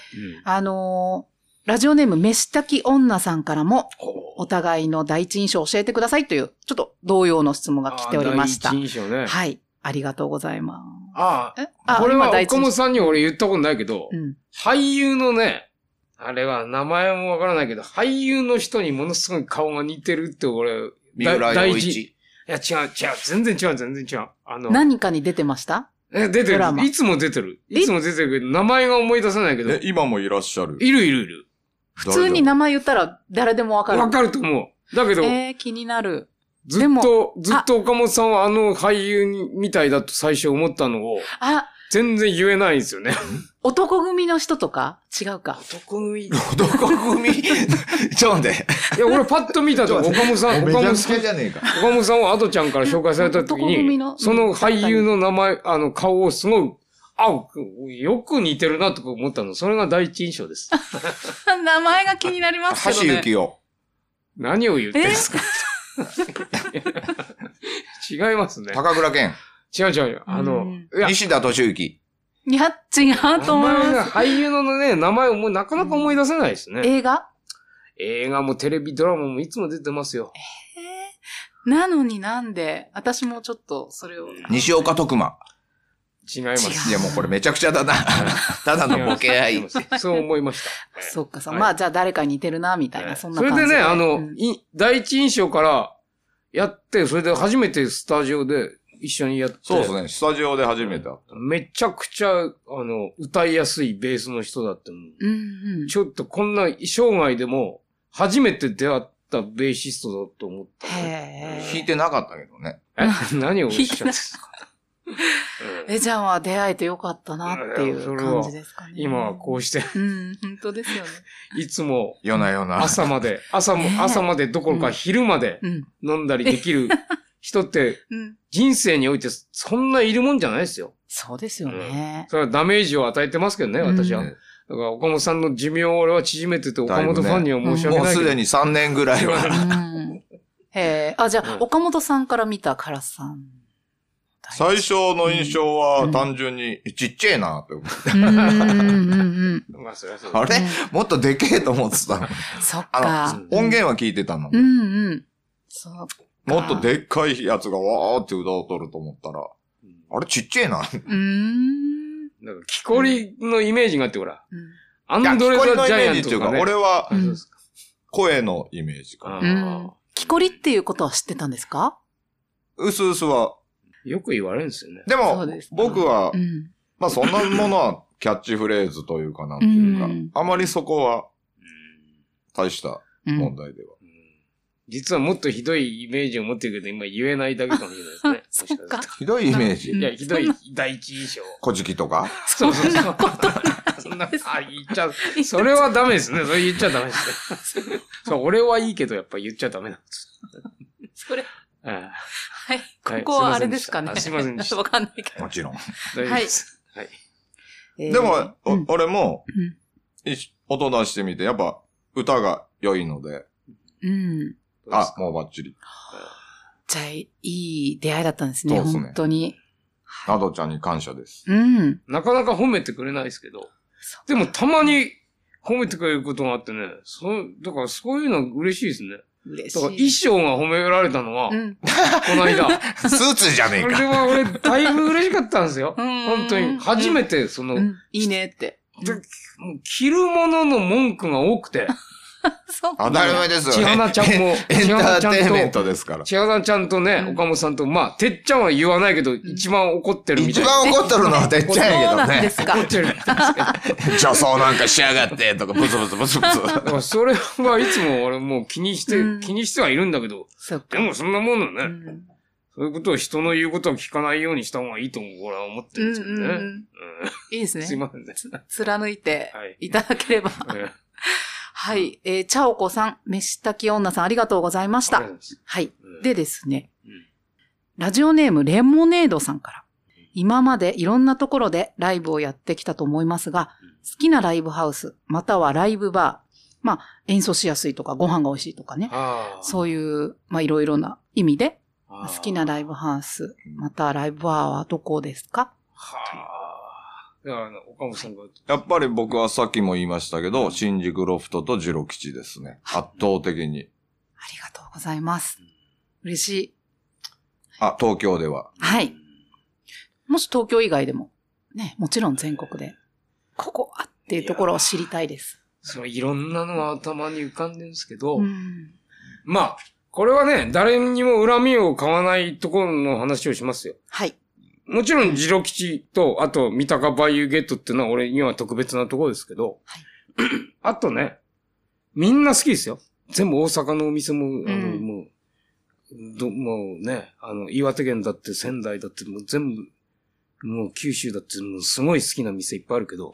[SPEAKER 1] あのーラジオネーム、飯炊き女さんからも、お互いの第一印象を教えてくださいという、ちょっと同様の質問が来ておりました。
[SPEAKER 3] あー第一印象ね。
[SPEAKER 1] はい。ありがとうございま
[SPEAKER 3] あ
[SPEAKER 1] す。え
[SPEAKER 3] あ、
[SPEAKER 1] あ
[SPEAKER 3] これは
[SPEAKER 1] 今第一
[SPEAKER 3] 岡
[SPEAKER 1] 印
[SPEAKER 3] 本
[SPEAKER 1] 象
[SPEAKER 3] さんに俺言ったことないけど、
[SPEAKER 1] うん。
[SPEAKER 3] 俳優のね、あれは名前もわからないけど、俳優の人にものすごい顔が似てるって俺、
[SPEAKER 2] 三浦
[SPEAKER 3] 第
[SPEAKER 2] 洋
[SPEAKER 3] 一。い
[SPEAKER 2] 一。
[SPEAKER 3] や、違う、違う、全然違う、全然違う。あの、
[SPEAKER 1] 何かに出てました
[SPEAKER 3] え出て
[SPEAKER 1] ド
[SPEAKER 3] る
[SPEAKER 1] ラマ。
[SPEAKER 3] いつも出てる。
[SPEAKER 1] え
[SPEAKER 3] いつも出てるけど、名前が思い出せないけど、
[SPEAKER 2] え
[SPEAKER 3] い、
[SPEAKER 2] 今もいらっしゃる。
[SPEAKER 3] るいるいる。
[SPEAKER 2] 普
[SPEAKER 1] 普通に名前言ったら誰でもわかる。
[SPEAKER 3] わかると思う。だけど、
[SPEAKER 1] えー、気になる。
[SPEAKER 3] ずっ
[SPEAKER 1] で
[SPEAKER 3] と、ずっと岡本さんはあの俳優にみたいだと最初思ったのを、
[SPEAKER 1] あ、
[SPEAKER 3] 全然言えないんですよね。
[SPEAKER 1] 男組の人とか違うか。
[SPEAKER 3] 男組い
[SPEAKER 2] 男組 (laughs) ちょ、待って。
[SPEAKER 3] や、俺パッと見た
[SPEAKER 1] (laughs)
[SPEAKER 3] と
[SPEAKER 2] ちょ
[SPEAKER 3] 岡本さん、岡本さん、
[SPEAKER 2] じゃねえか。
[SPEAKER 3] 岡本さんをアドちゃんから紹介された時
[SPEAKER 1] 男組
[SPEAKER 3] に
[SPEAKER 1] の、
[SPEAKER 3] その俳優の名前、あの、顔をすごい、あ、よく似てるなとか思ったの。それが第一印
[SPEAKER 1] (laughs)
[SPEAKER 3] 象です。
[SPEAKER 1] (laughs) 名前が気になりますけど
[SPEAKER 2] 橋
[SPEAKER 1] ね。
[SPEAKER 2] 幸夫。
[SPEAKER 3] 何を言ってるんですか違いますね。
[SPEAKER 2] 高倉健。
[SPEAKER 3] 違う違う違う。あ
[SPEAKER 1] う
[SPEAKER 3] の
[SPEAKER 1] ん、
[SPEAKER 3] いや、
[SPEAKER 2] 西田敏行。
[SPEAKER 1] いや、違うと思い
[SPEAKER 3] 名前
[SPEAKER 1] ま
[SPEAKER 3] が
[SPEAKER 1] す。
[SPEAKER 3] 俳優のね、名前をもうなかなか思い出せないですね。
[SPEAKER 1] 映画
[SPEAKER 3] 映画もテレビドラマもいつも出てますよ。
[SPEAKER 1] えーなのになんで、私もちょっとそれを。
[SPEAKER 2] 西岡徳馬。
[SPEAKER 3] 違います。
[SPEAKER 2] いや、もうこれめちゃくちゃだ (laughs) な。ただのボケ合
[SPEAKER 3] 違い
[SPEAKER 2] い
[SPEAKER 3] ま。すそう思いました。
[SPEAKER 1] そっかさ、
[SPEAKER 3] はい
[SPEAKER 1] まあじゃあ誰かに似てるな、みたい
[SPEAKER 3] え
[SPEAKER 1] な、
[SPEAKER 3] え
[SPEAKER 1] そ
[SPEAKER 3] そ
[SPEAKER 1] んな感じ
[SPEAKER 3] れでね、あの、
[SPEAKER 1] うん
[SPEAKER 3] い第一印象からやって、それで初めてスタジオで一緒にやって。
[SPEAKER 2] そうですね。スタジオで初めて会っ
[SPEAKER 3] めちゃくちゃ、あの、歌いやすいベースの人だってもう
[SPEAKER 1] うんうん
[SPEAKER 3] ちょっとこんな生涯でも初めて出会ったベーシストだと思った。
[SPEAKER 2] た。
[SPEAKER 1] へ
[SPEAKER 2] 弾いてなかったけどね。
[SPEAKER 3] え、何をおっしゃってんですか、
[SPEAKER 1] え。えちゃんは出会えてよかったなっていう感じですかね。
[SPEAKER 3] 今はこうして、
[SPEAKER 1] うん、本当ですよね。
[SPEAKER 3] いつも
[SPEAKER 2] 夜な夜な。
[SPEAKER 3] 朝まで、朝も
[SPEAKER 1] (laughs) ね、え
[SPEAKER 3] 朝までどころか昼まで
[SPEAKER 1] うん。
[SPEAKER 3] 飲んだりできる人
[SPEAKER 1] (laughs)
[SPEAKER 3] って
[SPEAKER 1] うん。
[SPEAKER 3] 人生においてそんないるもんじゃないですよ。
[SPEAKER 1] そうですよね。
[SPEAKER 3] それはダメージを与えてますけどね、私は。
[SPEAKER 2] うん
[SPEAKER 3] だから岡本さんの寿命を俺は縮めてて、岡本ファンには申し訳
[SPEAKER 2] もう
[SPEAKER 3] ないけ
[SPEAKER 2] す
[SPEAKER 3] ど。
[SPEAKER 2] でに3年ぐらいは。
[SPEAKER 1] うん。へえ。あ、じゃあ、
[SPEAKER 3] うん
[SPEAKER 1] 岡本さんから見たカラスさん。
[SPEAKER 2] (laughs) 最初の印象は単純に、ちっちゃいなって思って。
[SPEAKER 1] うんうんうん
[SPEAKER 3] まあ、それはそうだ
[SPEAKER 2] あれ
[SPEAKER 1] うん
[SPEAKER 2] (laughs) もっとでけえと思ってたの。
[SPEAKER 1] そっ
[SPEAKER 2] あ
[SPEAKER 1] か
[SPEAKER 2] の。、音源は聞いてたの
[SPEAKER 1] う。んうん。そう。
[SPEAKER 2] もっとでっかいやつがわーって歌を取ると思ったら、あれちっちゃいな。
[SPEAKER 1] うーん。
[SPEAKER 3] なんか、木こりのイメージがあって、ほら、
[SPEAKER 1] うん
[SPEAKER 3] ア
[SPEAKER 2] いや
[SPEAKER 3] ンドレ・
[SPEAKER 2] 聞こ
[SPEAKER 3] ザ・
[SPEAKER 2] えのイ
[SPEAKER 3] ジャイ
[SPEAKER 2] メ
[SPEAKER 3] ア
[SPEAKER 2] ージ
[SPEAKER 3] ン
[SPEAKER 2] っ
[SPEAKER 3] ト
[SPEAKER 2] て
[SPEAKER 3] と
[SPEAKER 2] いう
[SPEAKER 3] か
[SPEAKER 2] か、
[SPEAKER 3] ね。
[SPEAKER 2] 俺は
[SPEAKER 3] あそうですか
[SPEAKER 2] 声のイメージかな。
[SPEAKER 1] うん木こりっていうことは知ってたんですか
[SPEAKER 2] うすうすは。
[SPEAKER 3] よく言われるんですよね。
[SPEAKER 2] で
[SPEAKER 1] そう
[SPEAKER 2] も
[SPEAKER 1] です、か
[SPEAKER 2] 僕は
[SPEAKER 1] う、ん。
[SPEAKER 2] まあそんなものはキャッチフレーズというかなんていうか
[SPEAKER 1] うん、
[SPEAKER 2] あまりそこは大した
[SPEAKER 1] うん
[SPEAKER 2] 問題では。
[SPEAKER 3] うん実はもっとひどいイメージを持ってるけど、今言えないだけかもしれないで
[SPEAKER 1] (laughs) そ
[SPEAKER 3] すね。
[SPEAKER 1] っか
[SPEAKER 3] もし
[SPEAKER 2] ひどいイメー
[SPEAKER 3] すると
[SPEAKER 2] ジ。
[SPEAKER 3] いや、
[SPEAKER 1] うん
[SPEAKER 3] ひどい第一印象。
[SPEAKER 2] 小じきとか。
[SPEAKER 3] そうそうそう。そんな、
[SPEAKER 1] (laughs)
[SPEAKER 3] あ、言っちゃう。それはダメですね。それ言っちゃダメです
[SPEAKER 1] (laughs)
[SPEAKER 3] ね。そう、俺はいいけど、やっぱ言っちゃダメなんです。
[SPEAKER 1] それ、
[SPEAKER 3] え
[SPEAKER 1] はい。こ
[SPEAKER 3] はい
[SPEAKER 1] こはあれですかね。
[SPEAKER 3] すいませんでしたあすいませんでした
[SPEAKER 1] わかんないけ
[SPEAKER 2] もちろん。
[SPEAKER 3] え大丈夫です。は
[SPEAKER 1] ど。
[SPEAKER 3] い。
[SPEAKER 2] (laughs) でも、
[SPEAKER 1] えーうん
[SPEAKER 2] お俺も
[SPEAKER 1] うん、
[SPEAKER 2] 一音出してみて、やっぱ歌が良いので、
[SPEAKER 1] うん。
[SPEAKER 2] あ、もうバッチリ。
[SPEAKER 1] じゃあ、いい出会いだったんですね。
[SPEAKER 2] そうですね
[SPEAKER 1] 本当に。
[SPEAKER 2] などちゃんに感謝です。
[SPEAKER 1] うん。
[SPEAKER 3] なかなか褒めてくれないですけど
[SPEAKER 1] そ。
[SPEAKER 3] でも、たまに褒めてくれることがあってね。そう、だからそういうの嬉しいですね。
[SPEAKER 1] 嬉し
[SPEAKER 3] だ
[SPEAKER 1] い。
[SPEAKER 3] から衣装が褒められたのは、こ
[SPEAKER 1] うん。(laughs)
[SPEAKER 3] の間。
[SPEAKER 2] スーツじゃね
[SPEAKER 3] そ
[SPEAKER 2] えか。
[SPEAKER 3] れは俺、だいぶ嬉しかったんですよ。本
[SPEAKER 1] 本
[SPEAKER 3] 当に。初めて、その、
[SPEAKER 1] う
[SPEAKER 3] も
[SPEAKER 1] んいいねって。
[SPEAKER 3] う着るものの文句が多くて、
[SPEAKER 1] そう
[SPEAKER 2] 当たり前です
[SPEAKER 3] 千
[SPEAKER 2] よね
[SPEAKER 3] 花。ちゃ
[SPEAKER 1] (laughs)
[SPEAKER 3] んも、
[SPEAKER 2] エン
[SPEAKER 3] 千
[SPEAKER 2] タ
[SPEAKER 3] 花
[SPEAKER 2] ー
[SPEAKER 3] ちゃん
[SPEAKER 2] テインメン
[SPEAKER 3] と、
[SPEAKER 2] トですから。
[SPEAKER 3] 千花ちゃんとね、
[SPEAKER 1] うん
[SPEAKER 3] 岡本さんと、まあ、てっちゃんは言わないけど、一番怒ってるみた
[SPEAKER 2] 一
[SPEAKER 3] いな。
[SPEAKER 2] 番怒ってるのはてっちゃん
[SPEAKER 1] (laughs) そう
[SPEAKER 2] や
[SPEAKER 1] なん
[SPEAKER 2] け
[SPEAKER 1] で
[SPEAKER 2] どね。
[SPEAKER 1] すか。
[SPEAKER 3] 怒ってるみたいですけど。
[SPEAKER 2] 女装なんかしやがってとか、ブツブツブツ
[SPEAKER 1] (laughs)
[SPEAKER 2] ブツ。
[SPEAKER 3] だからそれはいつも俺もう気にして、
[SPEAKER 1] うん
[SPEAKER 3] 気にしてはいるんだけど、
[SPEAKER 1] そっ
[SPEAKER 3] で
[SPEAKER 1] か。
[SPEAKER 3] もそんなものね、
[SPEAKER 1] うん
[SPEAKER 3] そういうことを人の言うことを聞かないようにした方がいいと俺は思って
[SPEAKER 1] う
[SPEAKER 3] るん
[SPEAKER 1] ん
[SPEAKER 3] ですけどね。
[SPEAKER 1] うん
[SPEAKER 3] うん
[SPEAKER 1] うん。いいですね。
[SPEAKER 3] すいませんね。
[SPEAKER 1] (laughs) 貫いて
[SPEAKER 3] (laughs) はい
[SPEAKER 1] いただければ。
[SPEAKER 3] ええ
[SPEAKER 1] はい。えー、チャオコさん、飯炊き女さん、ありがとうございまし
[SPEAKER 3] あり
[SPEAKER 1] た
[SPEAKER 3] がとうござい。ます
[SPEAKER 1] はい。
[SPEAKER 3] うん
[SPEAKER 1] でですね、
[SPEAKER 3] うん
[SPEAKER 1] ラジオネームレモネードさんから、今までいろんなところでライブをやってきたと思いますが、好きなライブハウス、またはライブバー、まあ、演奏しやすいとか、ご飯が美味しいとかね、
[SPEAKER 3] ああ
[SPEAKER 1] そういう、まあ、いろいろな意味で、
[SPEAKER 3] あ
[SPEAKER 1] 好
[SPEAKER 3] あ
[SPEAKER 1] きなライブハウス、またはライブバーはどこですか
[SPEAKER 3] はあ。だからあの、岡本さんが、
[SPEAKER 2] やっぱり僕はさっきも言いましたけど、新宿ロフトとジロ吉ですね。圧倒的に。
[SPEAKER 1] ありがとうございます。嬉しい。
[SPEAKER 2] あ、東京では。
[SPEAKER 1] はい。もし東京以外でも、ね、もちろん全国で、ここはっていうところを知りたいです。
[SPEAKER 3] そのいろんなのが頭に浮かんでるんですけど、
[SPEAKER 1] うん。
[SPEAKER 3] まあ、これはね、誰にも恨みを買わないところの話をしますよ。
[SPEAKER 1] はい。
[SPEAKER 3] もちろん、ジロ吉と、あと、三鷹バイユーゲットっていうのは俺には特別なところですけど、
[SPEAKER 1] はい
[SPEAKER 3] (clears throat) あとね、みんな好きですよ。全部大阪のお店も、あの、
[SPEAKER 1] うん
[SPEAKER 3] もう、ど、もうね、あの、岩手県だって仙台だって、もう全部、もう九州だって、もうすごい好きな店いっぱいあるけど、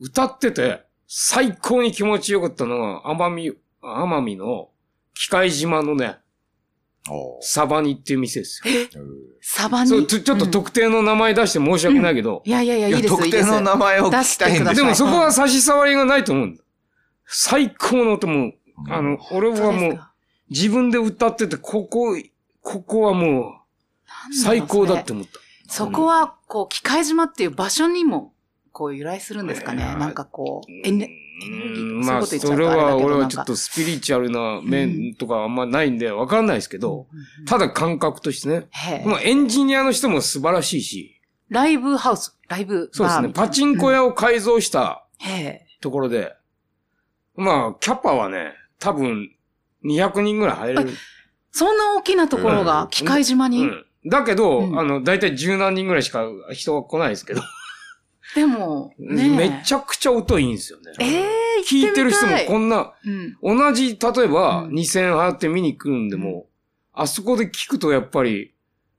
[SPEAKER 3] 歌ってて、最高に気持ちよかったのは、奄美、奄美の、機械島のね、
[SPEAKER 2] おー
[SPEAKER 3] サバニっていう店ですよ。
[SPEAKER 1] サバに。
[SPEAKER 3] そうちょちょっと
[SPEAKER 1] うん
[SPEAKER 3] 特定の名前出して申し訳ないけど、
[SPEAKER 1] いやいやいや、い
[SPEAKER 2] いや
[SPEAKER 1] いですよ。
[SPEAKER 2] 特定の名前を聞きたいん
[SPEAKER 1] 出してくださ
[SPEAKER 2] です
[SPEAKER 3] で
[SPEAKER 1] い
[SPEAKER 2] よ
[SPEAKER 3] もそこは差し障りがないと思うんだ。最高の音も、
[SPEAKER 2] うん
[SPEAKER 3] あの、俺は
[SPEAKER 1] も
[SPEAKER 3] も
[SPEAKER 1] う
[SPEAKER 3] う、自分で歌ってて、ここ、ここはもう、最高だって。思った。
[SPEAKER 1] そこは、こう、機械島っていう場所にも、こう、由来するんですかね。
[SPEAKER 3] えー
[SPEAKER 1] なんかこう
[SPEAKER 3] う、
[SPEAKER 1] エネエネルギー
[SPEAKER 3] ん
[SPEAKER 1] と
[SPEAKER 3] ま
[SPEAKER 1] か
[SPEAKER 3] あ、
[SPEAKER 1] そういうこと言っ
[SPEAKER 3] そ
[SPEAKER 1] ちゃう
[SPEAKER 3] れ
[SPEAKER 1] とあれだ
[SPEAKER 3] は、
[SPEAKER 1] けど
[SPEAKER 3] 俺
[SPEAKER 1] な
[SPEAKER 3] は
[SPEAKER 1] ん
[SPEAKER 3] ち
[SPEAKER 1] か
[SPEAKER 3] ょっとスピリチュアルな
[SPEAKER 1] うん
[SPEAKER 3] 面とかあんまないんで、わかんないですけど、
[SPEAKER 1] うんうん
[SPEAKER 3] ただ感覚としてね。
[SPEAKER 1] へえ
[SPEAKER 3] まあ、エンジニアの人も素晴らしいし、
[SPEAKER 1] ライブハウス、ライブ
[SPEAKER 3] そう
[SPEAKER 1] バ
[SPEAKER 3] です
[SPEAKER 1] ー
[SPEAKER 3] ね、
[SPEAKER 1] みたいな。
[SPEAKER 3] パチンコ屋を改造した
[SPEAKER 1] へえ。
[SPEAKER 3] ところで、まあ、キャパはね、多分、200人ぐらい入れる。
[SPEAKER 1] そんな大きなところ
[SPEAKER 3] う
[SPEAKER 1] が
[SPEAKER 3] ん、
[SPEAKER 1] 機械島
[SPEAKER 3] う
[SPEAKER 1] に。
[SPEAKER 3] ん。だけど、
[SPEAKER 1] うん
[SPEAKER 3] あの、だいたい十何人ぐらいしか人は来ないですけど、
[SPEAKER 1] でも、ねえ
[SPEAKER 3] めちゃくちゃ音いいんですよね。
[SPEAKER 1] えー、
[SPEAKER 3] 聞いてる人もこ
[SPEAKER 1] ん、
[SPEAKER 3] んな、
[SPEAKER 1] うん、
[SPEAKER 3] 同じ、例えば、
[SPEAKER 1] うん
[SPEAKER 3] 2000払って見に来るんでも、あそこで聞くとやっぱり、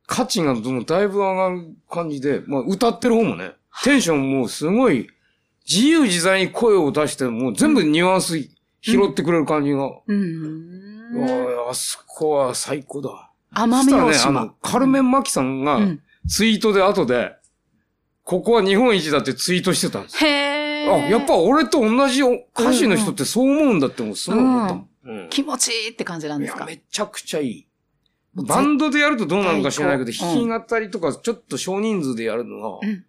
[SPEAKER 3] 価値がもうだいぶ上がる感じで、まあ歌ってる方もね、テンションもうすごい、自由自在に声を出して、もう全部ニュアンス拾ってくれる感じが、
[SPEAKER 1] うん
[SPEAKER 3] うわあそこは最高だ。
[SPEAKER 1] 奄美大
[SPEAKER 3] そしたら
[SPEAKER 1] 島、
[SPEAKER 3] ね、あの、カルメン・マキさんが、
[SPEAKER 1] うん、
[SPEAKER 3] ツイートで後で、ここは日本一だってツイートしてたんですよ
[SPEAKER 1] へえ
[SPEAKER 3] あ、やっぱ俺と同じお歌手の人ってそう思うんだってもうすごい思ったもん。うん
[SPEAKER 1] 気持ちいいって感じなん
[SPEAKER 3] い
[SPEAKER 1] です
[SPEAKER 3] や、
[SPEAKER 1] か
[SPEAKER 3] めちゃくちゃいい。
[SPEAKER 1] もう
[SPEAKER 3] バンドでやるとどうなるか知らないけど、
[SPEAKER 1] 絶
[SPEAKER 3] 弾
[SPEAKER 1] 対こう
[SPEAKER 3] き語りとかちょっと少人数でやるのは、
[SPEAKER 1] うん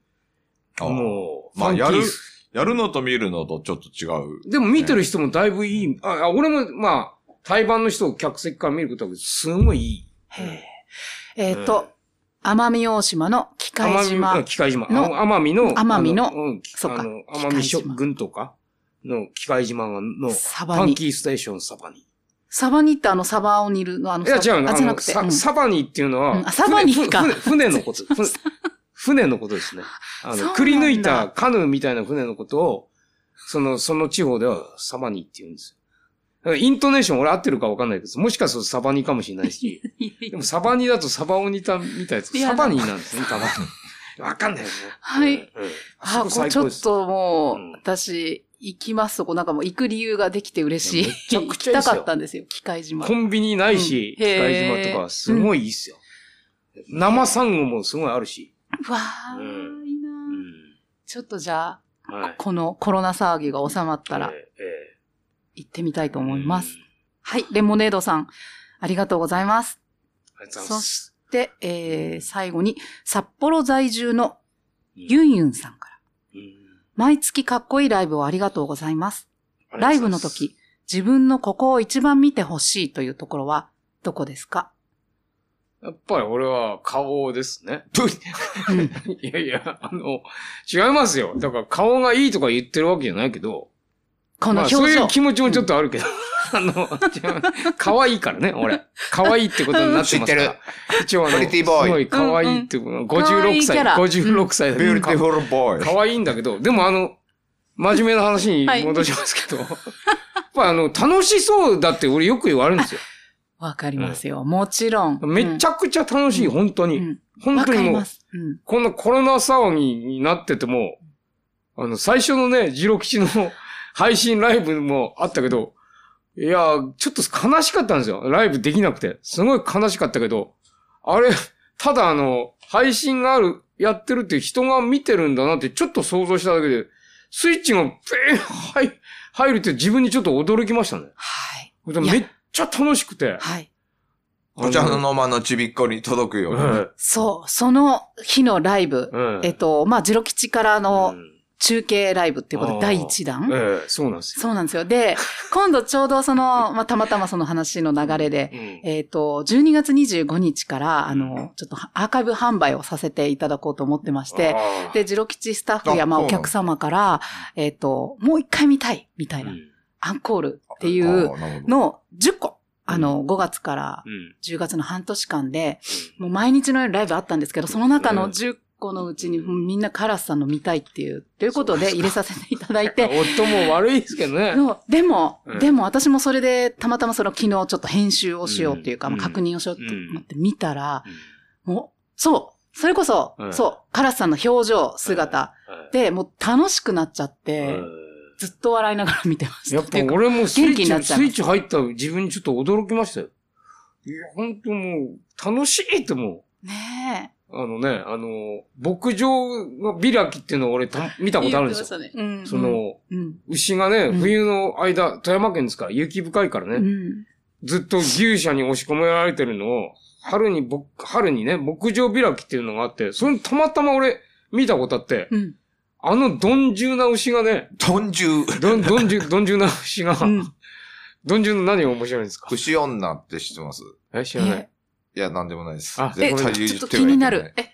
[SPEAKER 4] あ
[SPEAKER 3] もう、
[SPEAKER 4] まあ
[SPEAKER 3] ファンキーっす
[SPEAKER 4] やるのと見るのとちょっと違う。
[SPEAKER 3] でも見てる人もだいぶいい。あ、あ俺も、まあ、対バンの人を客席から見ることはすごいいい。
[SPEAKER 1] えっ、と、奄美大島の機械
[SPEAKER 3] 奄美
[SPEAKER 1] 島
[SPEAKER 3] うん。機械島。
[SPEAKER 1] の
[SPEAKER 3] あ奄美の。
[SPEAKER 1] 奄美の
[SPEAKER 3] あうん
[SPEAKER 1] そっか
[SPEAKER 3] あの、奄美諸
[SPEAKER 1] 機械島
[SPEAKER 3] 郡とかの機械島の、
[SPEAKER 1] サ
[SPEAKER 3] パ
[SPEAKER 1] バ
[SPEAKER 3] ン
[SPEAKER 1] に。
[SPEAKER 3] キーステーションサバニ。
[SPEAKER 1] サバにってあのサバを煮るのあの
[SPEAKER 3] いや、
[SPEAKER 1] サバ
[SPEAKER 3] 違うの。
[SPEAKER 1] あ、
[SPEAKER 3] あ
[SPEAKER 1] じゃな
[SPEAKER 3] の、
[SPEAKER 1] くて。
[SPEAKER 3] サ
[SPEAKER 1] うん
[SPEAKER 3] サバニっていうの
[SPEAKER 1] う
[SPEAKER 3] は、
[SPEAKER 1] んあサバニ
[SPEAKER 3] 船
[SPEAKER 1] か
[SPEAKER 3] 船船のこと。
[SPEAKER 1] (laughs)
[SPEAKER 3] ふ船のことですね。あ
[SPEAKER 1] そうなん
[SPEAKER 3] の、
[SPEAKER 1] だ
[SPEAKER 3] くり抜いたカヌーみたいな船のことを、その、その地方ではサバニって言うんですよ。だからイントネーション俺合ってるかわかんないけど、もしかするとサバニかもしれないし、でもサバニだとサバオニタみたいなやつ、
[SPEAKER 1] いや
[SPEAKER 3] サバニなんですね、多分。 (laughs) わかんないよね。
[SPEAKER 1] はい
[SPEAKER 3] うん。うん
[SPEAKER 1] あ、
[SPEAKER 3] あそこ
[SPEAKER 1] これ
[SPEAKER 3] 最
[SPEAKER 1] ちょ
[SPEAKER 3] 高
[SPEAKER 1] っ
[SPEAKER 3] です。
[SPEAKER 1] ともう、
[SPEAKER 3] うん
[SPEAKER 1] 私、行きます、そこ。なんかもう行く理由ができて嬉しい。
[SPEAKER 3] いやめちゃ
[SPEAKER 1] 行き
[SPEAKER 3] くちゃ
[SPEAKER 1] た
[SPEAKER 3] いいですよ
[SPEAKER 1] かったんですよ、機械島。
[SPEAKER 3] コンビニないし、
[SPEAKER 1] うん
[SPEAKER 3] 機
[SPEAKER 1] へー
[SPEAKER 3] 械島とかすごいいいっすよ。生サンゴもすごいあるし。
[SPEAKER 1] うわー、
[SPEAKER 3] うん
[SPEAKER 1] いいなー
[SPEAKER 3] う
[SPEAKER 1] ちょっとじゃ
[SPEAKER 3] ん。
[SPEAKER 1] あ、
[SPEAKER 3] はい。
[SPEAKER 1] このコロナ騒ぎが収まったら
[SPEAKER 3] え、ええ
[SPEAKER 1] 行ってみたいと
[SPEAKER 3] え
[SPEAKER 1] 思いま
[SPEAKER 3] う
[SPEAKER 1] す
[SPEAKER 3] ん。
[SPEAKER 1] はい、レモネードさん、ありがとうございます。
[SPEAKER 3] ありがとうございます。
[SPEAKER 1] で、えー、最後に、札幌在住の
[SPEAKER 3] うん
[SPEAKER 1] ユンユンさんから、
[SPEAKER 3] うん
[SPEAKER 1] 毎月かっこいいライブをありがとうございます。
[SPEAKER 3] ありが
[SPEAKER 1] ラ
[SPEAKER 3] と
[SPEAKER 1] イ
[SPEAKER 3] うご
[SPEAKER 1] ブ
[SPEAKER 3] ざ
[SPEAKER 1] の
[SPEAKER 3] います
[SPEAKER 1] 時、自分のここを一番見てほしいというところは、どこですか
[SPEAKER 3] やっぱり俺は顔ですね。 (laughs)
[SPEAKER 1] うん
[SPEAKER 3] いやいや、あの、違いますよ。だから顔がいいとか言ってるわけじゃないけど、
[SPEAKER 1] この
[SPEAKER 3] まあ
[SPEAKER 1] 表
[SPEAKER 3] そうい
[SPEAKER 1] 情
[SPEAKER 3] う。気持ちもちょっとあるけど、あの、可愛いからね、 (laughs) 俺。可愛いってことになってますか
[SPEAKER 2] 知って
[SPEAKER 3] ら。一応あの、
[SPEAKER 2] プリティボーイ
[SPEAKER 3] すごい可愛いってこと、
[SPEAKER 1] 可愛
[SPEAKER 3] 56
[SPEAKER 1] いキャ
[SPEAKER 3] 歳、
[SPEAKER 1] ラ
[SPEAKER 3] 56歳だ
[SPEAKER 4] ビューティ
[SPEAKER 3] か
[SPEAKER 4] フルボーイ。
[SPEAKER 3] 可愛いんだけど、でもあの、真面目な話に
[SPEAKER 1] はい
[SPEAKER 3] 戻しますけど、やっぱあの、楽しそうだって俺よく言われるんですよ。
[SPEAKER 1] わかりますよ。もちろん。
[SPEAKER 3] めちゃくちゃ楽しい、
[SPEAKER 1] うん
[SPEAKER 3] 本当
[SPEAKER 1] う
[SPEAKER 3] に。
[SPEAKER 1] んうんわ
[SPEAKER 3] 本当
[SPEAKER 1] か
[SPEAKER 3] に
[SPEAKER 1] り
[SPEAKER 3] もう
[SPEAKER 1] ま、す。うん
[SPEAKER 3] こんなコロナ騒ぎになってても、あの、最初のね、ジロ吉の (laughs) 配信ライブもあったけど、いやー、ちょっと悲しかったんですよ。ライブできなくて。すごい悲しかったけど、あれ、ただあの、配信がある、やってるって人が見てるんだなってちょっと想像しただけで、スイッチがペーン入入るって自分にちょっと驚きましたね。
[SPEAKER 1] はい。
[SPEAKER 3] でめっちゃ楽しくて。
[SPEAKER 1] はい。
[SPEAKER 4] お茶の間のちびっこに届くように。
[SPEAKER 3] はい
[SPEAKER 1] そう、その日のライブ。
[SPEAKER 3] うん
[SPEAKER 1] えっと、まあ、ジロ吉から
[SPEAKER 3] う
[SPEAKER 1] の
[SPEAKER 3] ん
[SPEAKER 1] 中継ライブっていうこと
[SPEAKER 3] あ
[SPEAKER 1] で
[SPEAKER 3] ー
[SPEAKER 1] 第1弾。
[SPEAKER 3] ええそうなんですよ。
[SPEAKER 1] そうなんですよ。で、今度ちょうどその、まあ、たまたまその話の流れで、
[SPEAKER 3] うん
[SPEAKER 1] えっ、と、12月25日から、あの、ちょっとアーカイブ販売をさせていただこうと思ってまして、
[SPEAKER 3] あー
[SPEAKER 1] で、ジロ吉スタッフや、
[SPEAKER 4] あ
[SPEAKER 1] まあ、
[SPEAKER 4] そう
[SPEAKER 1] お
[SPEAKER 4] なんだ
[SPEAKER 1] 客様から、えっ、と、もう一回見たい、みたいな、
[SPEAKER 3] うん
[SPEAKER 1] アンコールって
[SPEAKER 4] あ
[SPEAKER 1] い
[SPEAKER 4] ー
[SPEAKER 1] う
[SPEAKER 4] なるほど
[SPEAKER 1] のを10個、あの、5月から
[SPEAKER 3] うん
[SPEAKER 1] 10月の半年間で、もう毎日のようにライブあったんですけど、その中の10個のうちに、もうみんなカラスさんの見たいっていう、ということで入れさせていただいて、
[SPEAKER 3] 夫も悪いですけどね。
[SPEAKER 1] そうでも、
[SPEAKER 3] うん
[SPEAKER 1] でも私もそれで、たまたまその昨日ちょっと編集をしようっていうか、
[SPEAKER 3] うん
[SPEAKER 1] まあ確認をしようと思って見たら、
[SPEAKER 3] うん
[SPEAKER 1] もう、そう、それこそ、
[SPEAKER 3] うん
[SPEAKER 1] そう、カラスさんの表情、姿で、もう楽しくなっちゃって、ずっと笑いながら見てました。
[SPEAKER 3] やっぱ
[SPEAKER 1] っていうか
[SPEAKER 3] 俺もスイ
[SPEAKER 1] 元気にな
[SPEAKER 3] ッ
[SPEAKER 1] っ
[SPEAKER 3] チ、
[SPEAKER 1] ちゃ
[SPEAKER 3] ス
[SPEAKER 1] い
[SPEAKER 3] イ
[SPEAKER 1] ます
[SPEAKER 3] ッチ入った自分にちょっと驚きましたよ。いや、本当もう、楽しいっても
[SPEAKER 1] ねえ。
[SPEAKER 3] う、あのね、あの、牧場が開きっていうのを俺た見たことあるんですよ。
[SPEAKER 1] 言ってましたねうん
[SPEAKER 3] そ、の、
[SPEAKER 1] うん。
[SPEAKER 3] 牛がね、
[SPEAKER 1] うん
[SPEAKER 3] 冬の間、富山県ですから、雪深いから
[SPEAKER 1] う
[SPEAKER 3] ね、
[SPEAKER 1] ん。
[SPEAKER 3] ずっと牛舎に押し込められてるのを、春にぼ、春にね、牧場開きっていうのがあって、それたまたま俺見たことあって、
[SPEAKER 1] うん。
[SPEAKER 3] あのどんじゅうな牛がね、
[SPEAKER 2] 豚汁。
[SPEAKER 3] どん、
[SPEAKER 1] (laughs)
[SPEAKER 3] どんじゅ、どんじゅうな牛が、
[SPEAKER 1] うん
[SPEAKER 3] どんじゅうの何が面白いんですか
[SPEAKER 4] 牛女って知ってます
[SPEAKER 3] え、知らない。
[SPEAKER 4] いや、なんでもないです。
[SPEAKER 3] あ
[SPEAKER 1] え、
[SPEAKER 4] 絶
[SPEAKER 1] ちょ
[SPEAKER 4] 対
[SPEAKER 1] ちょっ
[SPEAKER 4] 言
[SPEAKER 1] と
[SPEAKER 4] って
[SPEAKER 1] 気
[SPEAKER 4] はい
[SPEAKER 1] に
[SPEAKER 4] け
[SPEAKER 1] ないる。え、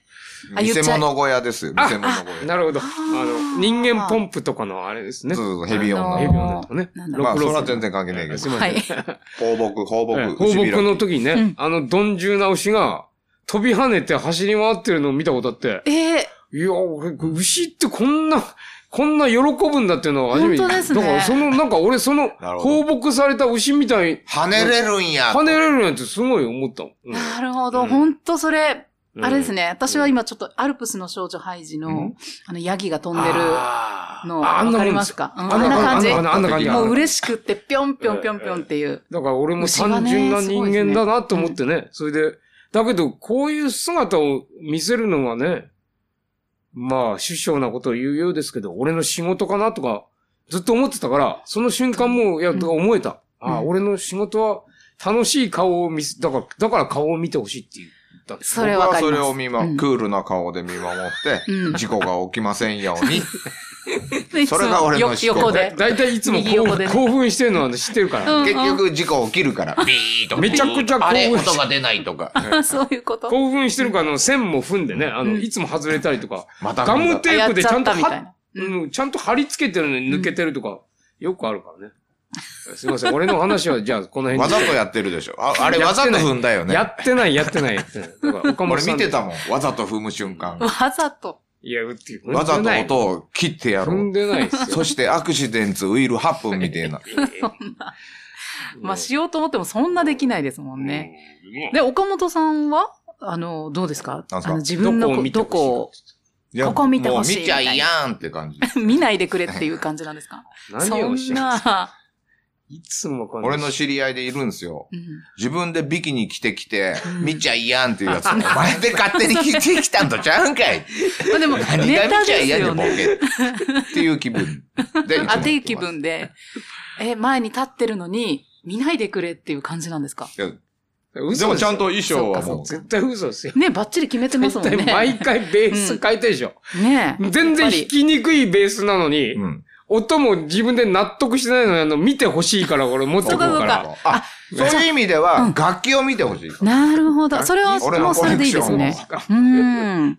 [SPEAKER 1] あ言っちゃ
[SPEAKER 4] 偽
[SPEAKER 1] い
[SPEAKER 4] 物小屋ですよ。偽物小屋。
[SPEAKER 3] なるほど。あ
[SPEAKER 1] あー
[SPEAKER 3] の、人間ポンプとかのあれですね。
[SPEAKER 4] そう
[SPEAKER 3] う
[SPEAKER 4] そうそう、蛇
[SPEAKER 1] あの
[SPEAKER 3] ヘビ
[SPEAKER 4] 女。
[SPEAKER 3] 女とかね。
[SPEAKER 1] なんだろう
[SPEAKER 4] まあ、そ
[SPEAKER 3] 六
[SPEAKER 4] れ
[SPEAKER 3] 郎さ
[SPEAKER 4] は
[SPEAKER 3] ん
[SPEAKER 4] 全然関係ないけ
[SPEAKER 3] す
[SPEAKER 4] ど。
[SPEAKER 3] いません。
[SPEAKER 4] 放牧、放
[SPEAKER 3] え
[SPEAKER 4] 牧、
[SPEAKER 3] 放
[SPEAKER 4] 牛開
[SPEAKER 3] 牧
[SPEAKER 4] き
[SPEAKER 3] の時に
[SPEAKER 1] うん
[SPEAKER 3] ね、あの、どんじゅうな牛が、飛び跳ねて走り回ってるのを見たことあって、
[SPEAKER 1] ええ
[SPEAKER 3] いや、俺、牛ってこんな、こんな喜ぶんだっていうのは初めて。
[SPEAKER 1] 本当ですね
[SPEAKER 3] だから、その、なんか俺、その、
[SPEAKER 2] なるほ
[SPEAKER 3] 放牧された牛みたい、
[SPEAKER 6] 跳ねれるんや。
[SPEAKER 3] 跳ねれるなんてすごい思ったもん。うん
[SPEAKER 1] なるほど。
[SPEAKER 3] うん
[SPEAKER 1] ほんとそれ、あれです
[SPEAKER 3] ね。
[SPEAKER 1] ね。私は今ちょっとアルプスの少女ハイジの、
[SPEAKER 2] うん
[SPEAKER 1] あの、ヤギが飛んでる
[SPEAKER 3] あー
[SPEAKER 1] の、
[SPEAKER 3] あ
[SPEAKER 1] わ
[SPEAKER 3] あんなもん
[SPEAKER 1] かりますか、う
[SPEAKER 3] あ
[SPEAKER 1] んあんな感じ。
[SPEAKER 3] あんなあんな感じ。
[SPEAKER 1] もう嬉しくって、ぴょんぴょんぴょんぴょんっていう。
[SPEAKER 3] だから俺も単純な人間だなと思ってね。それで、だけど、こういう姿を見せるのはね、まあ、首相なことを言うようですけど、俺の仕事かなとか、ずっと思ってたから、その瞬間もう、いや、
[SPEAKER 1] うん
[SPEAKER 3] 思えた。ああ、
[SPEAKER 1] うん
[SPEAKER 3] 俺の仕事は楽しい顔を見せ、だから、だから顔を見てほしいっていう。だって
[SPEAKER 1] それわかります
[SPEAKER 2] 僕はそれを見ま、
[SPEAKER 1] うん
[SPEAKER 2] クールな顔で見守って、
[SPEAKER 1] うん
[SPEAKER 2] 事故が起きませんように。
[SPEAKER 1] で
[SPEAKER 2] それが俺の
[SPEAKER 1] いつもよ横
[SPEAKER 2] 思
[SPEAKER 3] (laughs)
[SPEAKER 2] 考
[SPEAKER 1] で。 (laughs)
[SPEAKER 3] だいたいいつも
[SPEAKER 1] 右
[SPEAKER 3] 興
[SPEAKER 1] 横
[SPEAKER 3] 奮,、
[SPEAKER 1] でね
[SPEAKER 3] 興奮してるのは知ってるから。
[SPEAKER 1] うん
[SPEAKER 6] 結局事故起きるから、 (laughs) ビーッと。
[SPEAKER 3] めちゃくちゃ興奮
[SPEAKER 6] あれ音が出ないと
[SPEAKER 2] (laughs)
[SPEAKER 6] か。
[SPEAKER 1] うんそういうこと。
[SPEAKER 3] 興奮してるから、あの、線も踏んでね、あの、
[SPEAKER 1] うん
[SPEAKER 3] いつも外れたりとか、
[SPEAKER 6] また
[SPEAKER 3] ガムテープでちゃんと
[SPEAKER 1] やっちゃったみたい
[SPEAKER 3] 貼
[SPEAKER 1] な。うん。
[SPEAKER 3] うん、ちゃんと貼り付けてるのに抜けてるとか、よくあるからね。 (laughs) すいません。俺の話は、じゃあ、この辺に
[SPEAKER 6] わざとやってるでしょ。ああれわざと踏んだよ
[SPEAKER 3] や
[SPEAKER 6] ね。
[SPEAKER 3] ってない、やってない、やってない。
[SPEAKER 2] (laughs)
[SPEAKER 3] だから岡本
[SPEAKER 2] 俺
[SPEAKER 3] さん
[SPEAKER 2] 見てたもん。わざと踏む瞬間。
[SPEAKER 1] わざと。
[SPEAKER 3] いや、うっていう。
[SPEAKER 2] わざと音を切ってや
[SPEAKER 3] 踏
[SPEAKER 2] ろ
[SPEAKER 3] ん
[SPEAKER 2] う。
[SPEAKER 3] でないですよ。
[SPEAKER 2] そしてアクシデンツウィルハップンみたいな。
[SPEAKER 1] (laughs) まあ、しようと思ってもそんなできないですもんね。
[SPEAKER 3] ね。
[SPEAKER 1] で、岡本さんはあの、どうですか
[SPEAKER 2] なんすか
[SPEAKER 1] あの、自
[SPEAKER 3] ど
[SPEAKER 1] 分の
[SPEAKER 3] こを
[SPEAKER 1] こ
[SPEAKER 3] 見て
[SPEAKER 1] どこを
[SPEAKER 3] ほし
[SPEAKER 2] いや
[SPEAKER 1] ここ見てほしい
[SPEAKER 2] もう見ちゃいやんって感じ。
[SPEAKER 1] (laughs) 見ないでくれっていう感じなんですか
[SPEAKER 3] いか何をし
[SPEAKER 1] そん
[SPEAKER 3] な
[SPEAKER 1] な、
[SPEAKER 3] いつもこ
[SPEAKER 2] 俺の知り合いでいるんですよ。
[SPEAKER 1] (laughs) うん
[SPEAKER 2] 自分でビキニ着てきて、見ちゃいやんっていうやつ。
[SPEAKER 6] お前で勝手に聞いてきたんとちゃうんかい。
[SPEAKER 1] まあでも、ネ
[SPEAKER 6] 何が
[SPEAKER 1] タ
[SPEAKER 6] 見ちゃ
[SPEAKER 1] で
[SPEAKER 6] い
[SPEAKER 1] す
[SPEAKER 6] やんで
[SPEAKER 1] よ
[SPEAKER 6] ボ
[SPEAKER 1] ね。
[SPEAKER 6] ケ。
[SPEAKER 2] っていう気分で。つもや
[SPEAKER 1] あ、
[SPEAKER 2] ます
[SPEAKER 1] っていう気。分で、え、前に立ってるのに、見ないでくれっていう感じなんですか
[SPEAKER 2] いや (laughs) で
[SPEAKER 3] 嘘
[SPEAKER 2] も
[SPEAKER 3] です
[SPEAKER 2] ちゃんと衣装はも
[SPEAKER 1] そう
[SPEAKER 3] 絶対嘘ですよ。
[SPEAKER 1] ね、バッチリ決めてます
[SPEAKER 3] 絶
[SPEAKER 1] もん
[SPEAKER 3] 対毎
[SPEAKER 1] ね。
[SPEAKER 3] 回ベース変えてるでしょ。
[SPEAKER 1] ねえ
[SPEAKER 3] 全然弾きにくいベースなのに
[SPEAKER 2] う。う、ん。
[SPEAKER 3] 音も自分で納得してないのに、あの、見てほしいから俺持ってくる
[SPEAKER 1] そう
[SPEAKER 3] か
[SPEAKER 1] か
[SPEAKER 3] ら。
[SPEAKER 2] あ、そういう意味で
[SPEAKER 1] う
[SPEAKER 2] は
[SPEAKER 1] ん、
[SPEAKER 2] 楽器を見てほしい。
[SPEAKER 1] なるほど。それは、
[SPEAKER 2] 俺の
[SPEAKER 1] もうそれでいいですね。うん。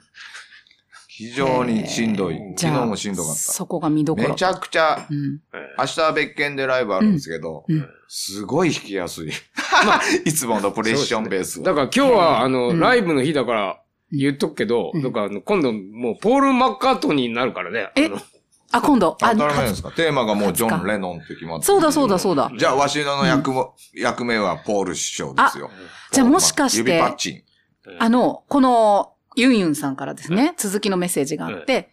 [SPEAKER 2] 非常にしんどい。
[SPEAKER 1] じ
[SPEAKER 2] 昨
[SPEAKER 1] ゃ
[SPEAKER 2] 日
[SPEAKER 1] あ
[SPEAKER 2] もしんどかっ
[SPEAKER 1] そこが見ど
[SPEAKER 2] た。
[SPEAKER 1] ころ。
[SPEAKER 2] めちゃくちゃ、
[SPEAKER 1] うん。
[SPEAKER 2] 明日は別件でライブあるんですけど
[SPEAKER 1] うんうん、
[SPEAKER 2] すごい弾きやすい。 (laughs) いつものプレッションベース
[SPEAKER 3] だ
[SPEAKER 2] が。
[SPEAKER 3] から今日は、あの、
[SPEAKER 1] うん
[SPEAKER 3] ライブの日だから言っとくけど、
[SPEAKER 1] うん
[SPEAKER 3] だからあの今度もうポール・マッカートニーになるからね。
[SPEAKER 1] え
[SPEAKER 3] あの
[SPEAKER 1] あ、今度。
[SPEAKER 2] 当た
[SPEAKER 1] あ、
[SPEAKER 2] り前じゃないですか。テーマがもうジョン・レノンって決まってる
[SPEAKER 1] そうだそうだそうだ。
[SPEAKER 2] じゃあ、わしの役も、役目はポール師匠ですよ。
[SPEAKER 1] じゃあもしかして
[SPEAKER 2] 指パッチン。
[SPEAKER 1] あの、この、ユンユンさんからですね、続きのメッセージがあって、